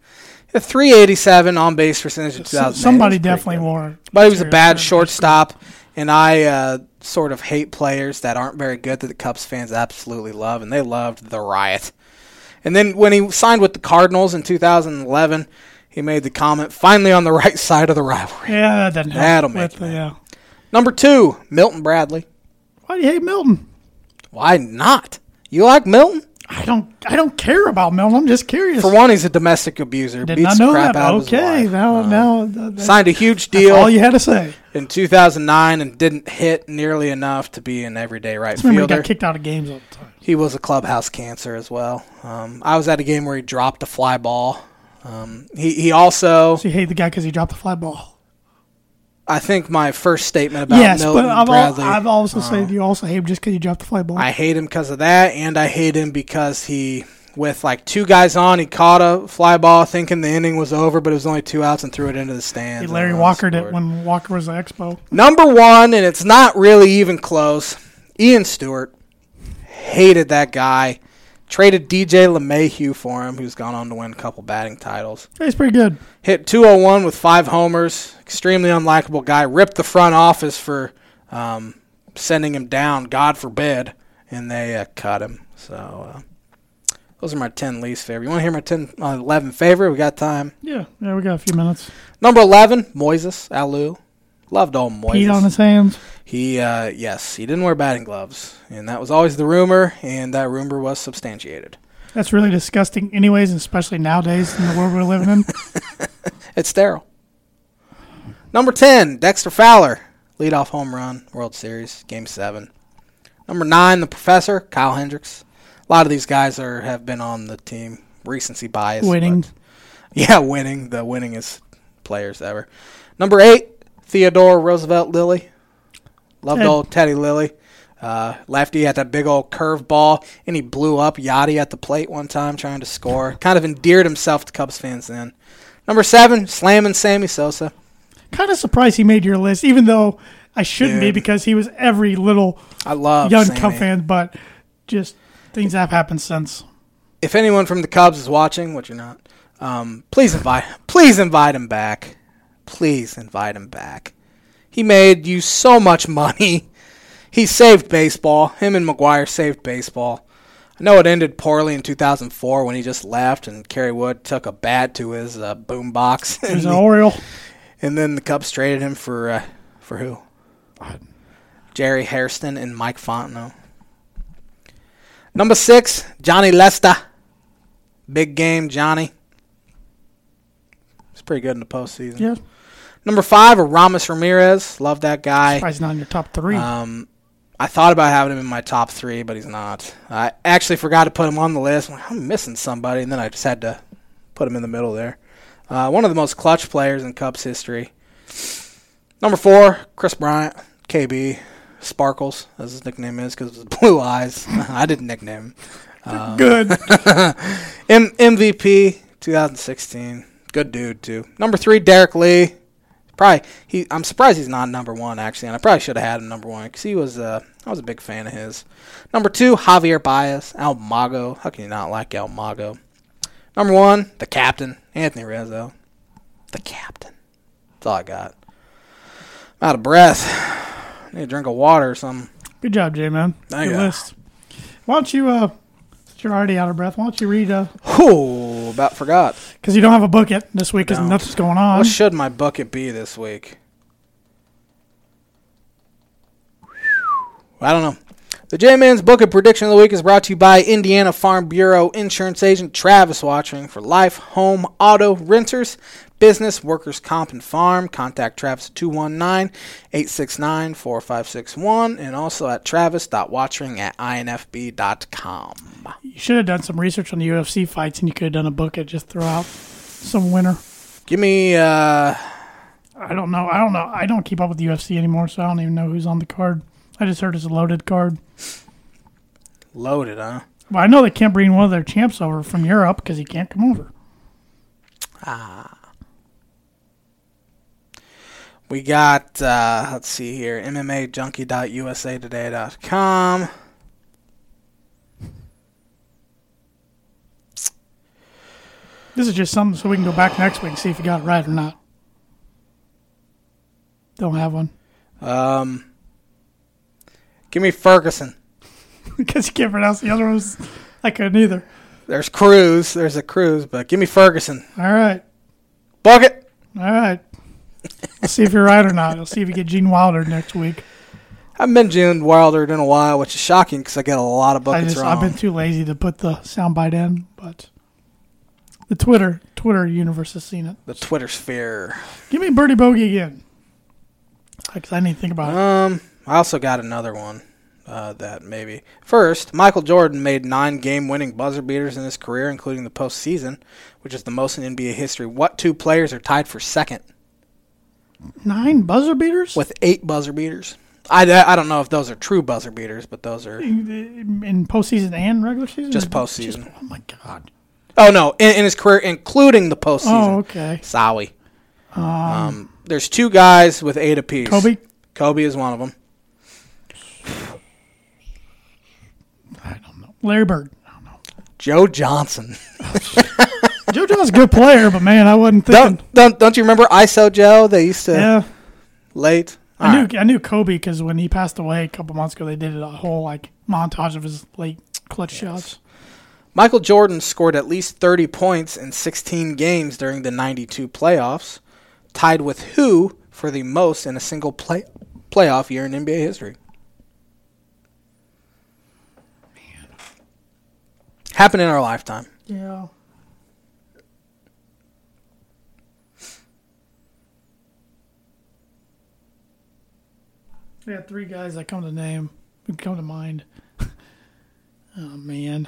Speaker 2: a 387 on base percentage in
Speaker 1: S-
Speaker 2: 2008.
Speaker 1: somebody
Speaker 2: That's pretty
Speaker 1: definitely
Speaker 2: good.
Speaker 1: wore.
Speaker 2: But he was a
Speaker 1: Terry
Speaker 2: bad
Speaker 1: Terry.
Speaker 2: shortstop, and I uh, sort of hate players that aren't very good that the Cubs fans absolutely love, and they loved the riot. And then when he signed with the Cardinals in 2011, he made the comment, "Finally on the *laughs* right side of the rivalry."
Speaker 1: Yeah, that doesn't help.
Speaker 2: That'll make
Speaker 1: with
Speaker 2: you
Speaker 1: the, yeah.
Speaker 2: Number two, Milton Bradley.
Speaker 1: Why do you hate Milton?
Speaker 2: Why not? You like Milton?
Speaker 1: I don't. I don't care about Milton. I'm just curious.
Speaker 2: For one, he's a domestic abuser.
Speaker 1: Did not
Speaker 2: beats the
Speaker 1: know
Speaker 2: crap
Speaker 1: that.
Speaker 2: out of his
Speaker 1: okay,
Speaker 2: wife. Uh-huh.
Speaker 1: now now that- that's
Speaker 2: Signed a huge deal.
Speaker 1: all you had to say.
Speaker 2: in 2009 and didn't hit nearly enough to be an everyday right
Speaker 1: Just remember he
Speaker 2: fielder.
Speaker 1: got kicked out of games all the time.
Speaker 2: He was a clubhouse cancer as well. Um, I was at a game where he dropped a fly ball. Um, he, he also,
Speaker 1: So you hate the guy because he dropped the fly ball.
Speaker 2: I think my first statement about
Speaker 1: yes,
Speaker 2: Milton
Speaker 1: but I've, al-
Speaker 2: Bradley, Uh-huh.
Speaker 1: I've also said you also hate him just because you dropped the fly ball.
Speaker 2: I hate him because of that, and I hate him because he, with like two guys on, he caught a fly ball thinking the inning was over, but it was only two outs and threw it into the stands.
Speaker 1: Hey,
Speaker 2: and
Speaker 1: Larry
Speaker 2: no one
Speaker 1: Walker did
Speaker 2: scored.
Speaker 1: when Walker was at Expo.
Speaker 2: Number one, and it's not really even close. Ian Stewart hated that guy. Traded DJ LeMahieu for him, who's gone on to win a couple batting titles.
Speaker 1: He's pretty good.
Speaker 2: Hit 201 with five homers. Extremely unlikable guy. Ripped the front office for um, sending him down, God forbid, and they uh, cut him. So uh, those are my 10 least favorite. You want to hear my 10, uh, 11 favorite? We got time.
Speaker 1: Yeah, yeah, we got a few minutes.
Speaker 2: Number 11, Moises Alou. Loved old Moises.
Speaker 1: Pete on his hands.
Speaker 2: He, uh, yes, he didn't wear batting gloves, and that was always the rumor, and that rumor was substantiated.
Speaker 1: That's really disgusting, anyways, and especially nowadays in the world we're living
Speaker 2: *laughs*
Speaker 1: in.
Speaker 2: It's sterile. Number 10, Dexter Fowler, leadoff home run, World Series, Game 7. Number 9, the professor, Kyle Hendricks. A lot of these guys are have been on the team. Recency bias.
Speaker 1: Winning.
Speaker 2: but- yeah, winning. The winningest players ever. Number 8, Theodore Roosevelt Lilly. Loved
Speaker 1: Ted.
Speaker 2: old Teddy Lilly. Uh, lefty had that big old curveball, and he blew up Yachty at the plate one time trying to score. kind of endeared himself to Cubs fans then. Number seven, slamming Sammy Sosa.
Speaker 1: Kind of surprised he made your list, even though I shouldn't be
Speaker 2: Dude.
Speaker 1: because he was every little
Speaker 2: I love
Speaker 1: young
Speaker 2: Sammy.
Speaker 1: Cub fan, but just things have happened since.
Speaker 2: If anyone from the Cubs is watching, which you're not, um, please invite please invite him back. Please invite him back. He made you so much money. *laughs* He saved baseball. Him and McGuire saved baseball. I know it ended poorly in 2004 when he just left and Kerry Wood took a bat to his uh, boombox. *laughs*
Speaker 1: He was an Oriole.
Speaker 2: And then the Cubs traded him for uh, for who? Jerry Hairston and Mike Fontenot. Number six, Johnny Lester. Big game, Johnny. He's pretty good in the postseason.
Speaker 1: Yeah,
Speaker 2: Number five, Ramos Ramirez. Love that guy.
Speaker 1: surprised not in your top three.
Speaker 2: Um, I thought about having him in my top three, but he's not. I actually forgot to put him on the list. I'm, like, I'm missing somebody, and then I just had to put him in the middle there. Uh, one of the most clutch players in Cubs history. Number four, Chris Bryant, KB, Sparkles, as his nickname is, because of his blue eyes. *laughs* I didn't nickname him. Uh,
Speaker 1: good.
Speaker 2: *laughs* M- MVP 2016. Good dude too. Number three, Derek Lee. Probably he. I'm surprised he's not number one actually, and I probably should have had him number one because he was. Uh, I was a big fan of his. Number two, Javier Baez, Almago. How can you not like Almago? Number one, the captain, Anthony Rizzo. The captain. That's all I got. I'm out of breath. Need a drink of water or something.
Speaker 1: Good job, J Man.
Speaker 2: Thank
Speaker 1: Good
Speaker 2: you.
Speaker 1: list. Why don't you, uh, since you're already out of breath, why don't you read, because
Speaker 2: Oh, about forgot.
Speaker 1: you don't have a book yet this week because
Speaker 2: Don't.
Speaker 1: nothing's going on.
Speaker 2: What should my bucket be this week? I don't know. The J Man's Bucket Prediction of the Week is brought to you by Indiana Farm Bureau insurance agent Travis Watching for life, home, auto, renters, business, workers' comp, and farm. Contact Travis at 219 869 4561 and also at travis.watching at infb.com.
Speaker 1: You should have done some research on the UFC fights and you could have done a book and just throw out some winner.
Speaker 2: Give me, uh,
Speaker 1: I don't know. I don't know. I don't keep up with the UFC anymore, so I don't even know who's on the card. I just heard it's a loaded card.
Speaker 2: loaded, huh?
Speaker 1: But I know they can't bring one of their champs over from Europe because he can't come over.
Speaker 2: We got, uh, let's see here, MMAJunkie.usatoday.com.
Speaker 1: This is just something so we can go back next week and see if you got it right or not. Don't have one *laughs*
Speaker 2: Um, give me Ferguson.
Speaker 1: because you can't pronounce the other ones. I couldn't either.
Speaker 2: There's Cruz. There's a Cruz, but give me Ferguson.
Speaker 1: All right,
Speaker 2: Bucket.
Speaker 1: all right. We'll see if you're right or not. We'll see if you get Gene Wilder next week.
Speaker 2: I've been June Wilder in a while, which is shocking because I get a lot of
Speaker 1: I
Speaker 2: buckets
Speaker 1: just
Speaker 2: wrong.
Speaker 1: I've been too lazy to put the soundbite in, but the Twitter Twitter universe has seen it.
Speaker 2: the Twitter sphere.
Speaker 1: Give me birdie bogey again, because I need to think about it.
Speaker 2: Um, I also got another one. Uh, that maybe first, Michael Jordan made nine game-winning buzzer beaters in his career, including the postseason, which is the most in NBA history. What two players are tied for second
Speaker 1: Nine buzzer beaters.
Speaker 2: with eight buzzer beaters? I, I don't know if those are true buzzer beaters, but those are
Speaker 1: in postseason and regular season?
Speaker 2: Just
Speaker 1: Or
Speaker 2: postseason.
Speaker 1: oh my god.
Speaker 2: Oh no, in, in his career, including the postseason.
Speaker 1: Oh okay.
Speaker 2: Sawi. Um, there's two guys with eight apiece.
Speaker 1: Kobe.
Speaker 2: Kobe is one of them.
Speaker 1: I don't know. Larry Bird. I don't know.
Speaker 2: Joe Johnson.
Speaker 1: Joe John's a good player, but man, I wasn't
Speaker 2: *laughs*
Speaker 1: thinking.
Speaker 2: don't, don't don't you remember ISO Joe? They used to
Speaker 1: yeah,
Speaker 2: late. All
Speaker 1: I knew
Speaker 2: right.
Speaker 1: I knew Kobe because when he passed away a couple months ago, they did a whole like montage of his late clutch shots.
Speaker 2: Michael Jordan scored at least 30 points in 16 games during the 92 playoffs, tied with who for the most in a single play playoff year in NBA history. Happened in our lifetime.
Speaker 1: Yeah. We got three guys that come to name, that come to mind. *laughs* oh man,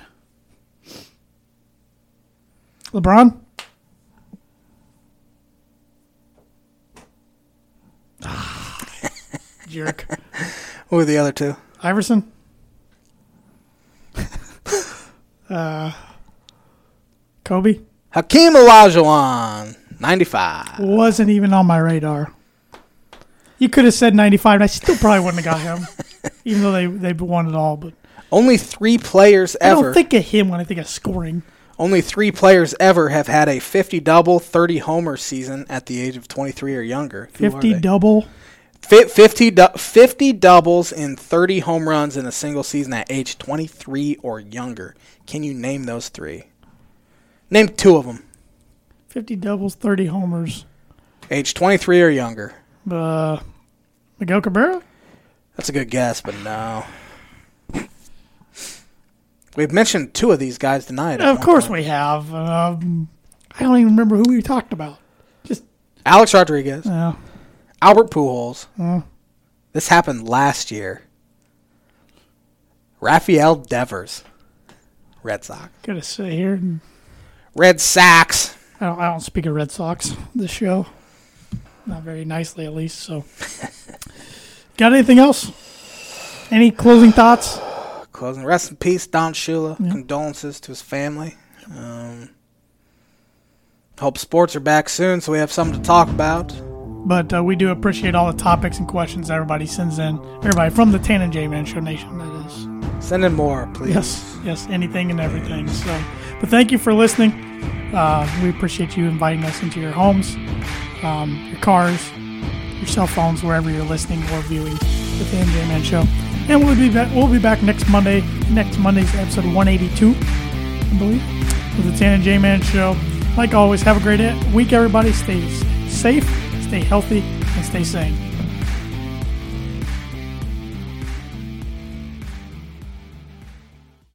Speaker 1: LeBron. *laughs* Ah, Jerk.
Speaker 2: Who were the other two?
Speaker 1: Iverson. *laughs* uh, Kobe
Speaker 2: Hakeem Olajuwon, 95.
Speaker 1: wasn't even on my radar. You could have said 95, and I still probably wouldn't have got him, even though they, they won it all. But
Speaker 2: Only three players
Speaker 1: I
Speaker 2: ever.
Speaker 1: don't think of him when I think of scoring.
Speaker 2: only three players ever have had a 50 double, 30 homer season at the age of 23 or younger. Who are
Speaker 1: 50
Speaker 2: they?
Speaker 1: double.
Speaker 2: Fi 50, du- 50 doubles and 30 home runs in a single season at age 23 or younger. Can you name those three? Name two of them.
Speaker 1: 50 doubles, 30 homers.
Speaker 2: Age 23 or younger.
Speaker 1: Uh, Miguel Cabrera?
Speaker 2: That's a good guess, but no. We've mentioned two of these guys tonight. at
Speaker 1: Of
Speaker 2: one
Speaker 1: course
Speaker 2: point.
Speaker 1: we have. Um, I don't even remember who we talked about. Just,
Speaker 2: Alex Rodriguez.
Speaker 1: uh,
Speaker 2: Albert Pujols.
Speaker 1: Hmm.
Speaker 2: This happened last year. Rafael Devers, Red Sox.
Speaker 1: got to sit here and
Speaker 2: Red Sox.
Speaker 1: I don't, I don't speak of Red Sox this show. Not very nicely, at least. So, *laughs* got anything else? Any closing thoughts?
Speaker 2: Closing. Rest in peace, Don Shula. Condolences to his family. Um, hope sports are back soon, so we have something to talk about.
Speaker 1: But uh, we do appreciate all the topics and questions everybody sends in. Everybody from the Tan and J Man Show Nation, that is.
Speaker 2: Send in more, please.
Speaker 1: Yes, yes, anything and everything. So, but thank you for listening. Uh, we appreciate you inviting us into your homes, um, your cars, your cell phones, wherever you're listening or viewing the Fan J Man Show. And we'll be back. We'll be back next Monday. Next Monday's episode 182, I believe, with the Tan and J Man Show. Like always, have a great week, everybody. Stay s- safe, stay healthy, and stay sane.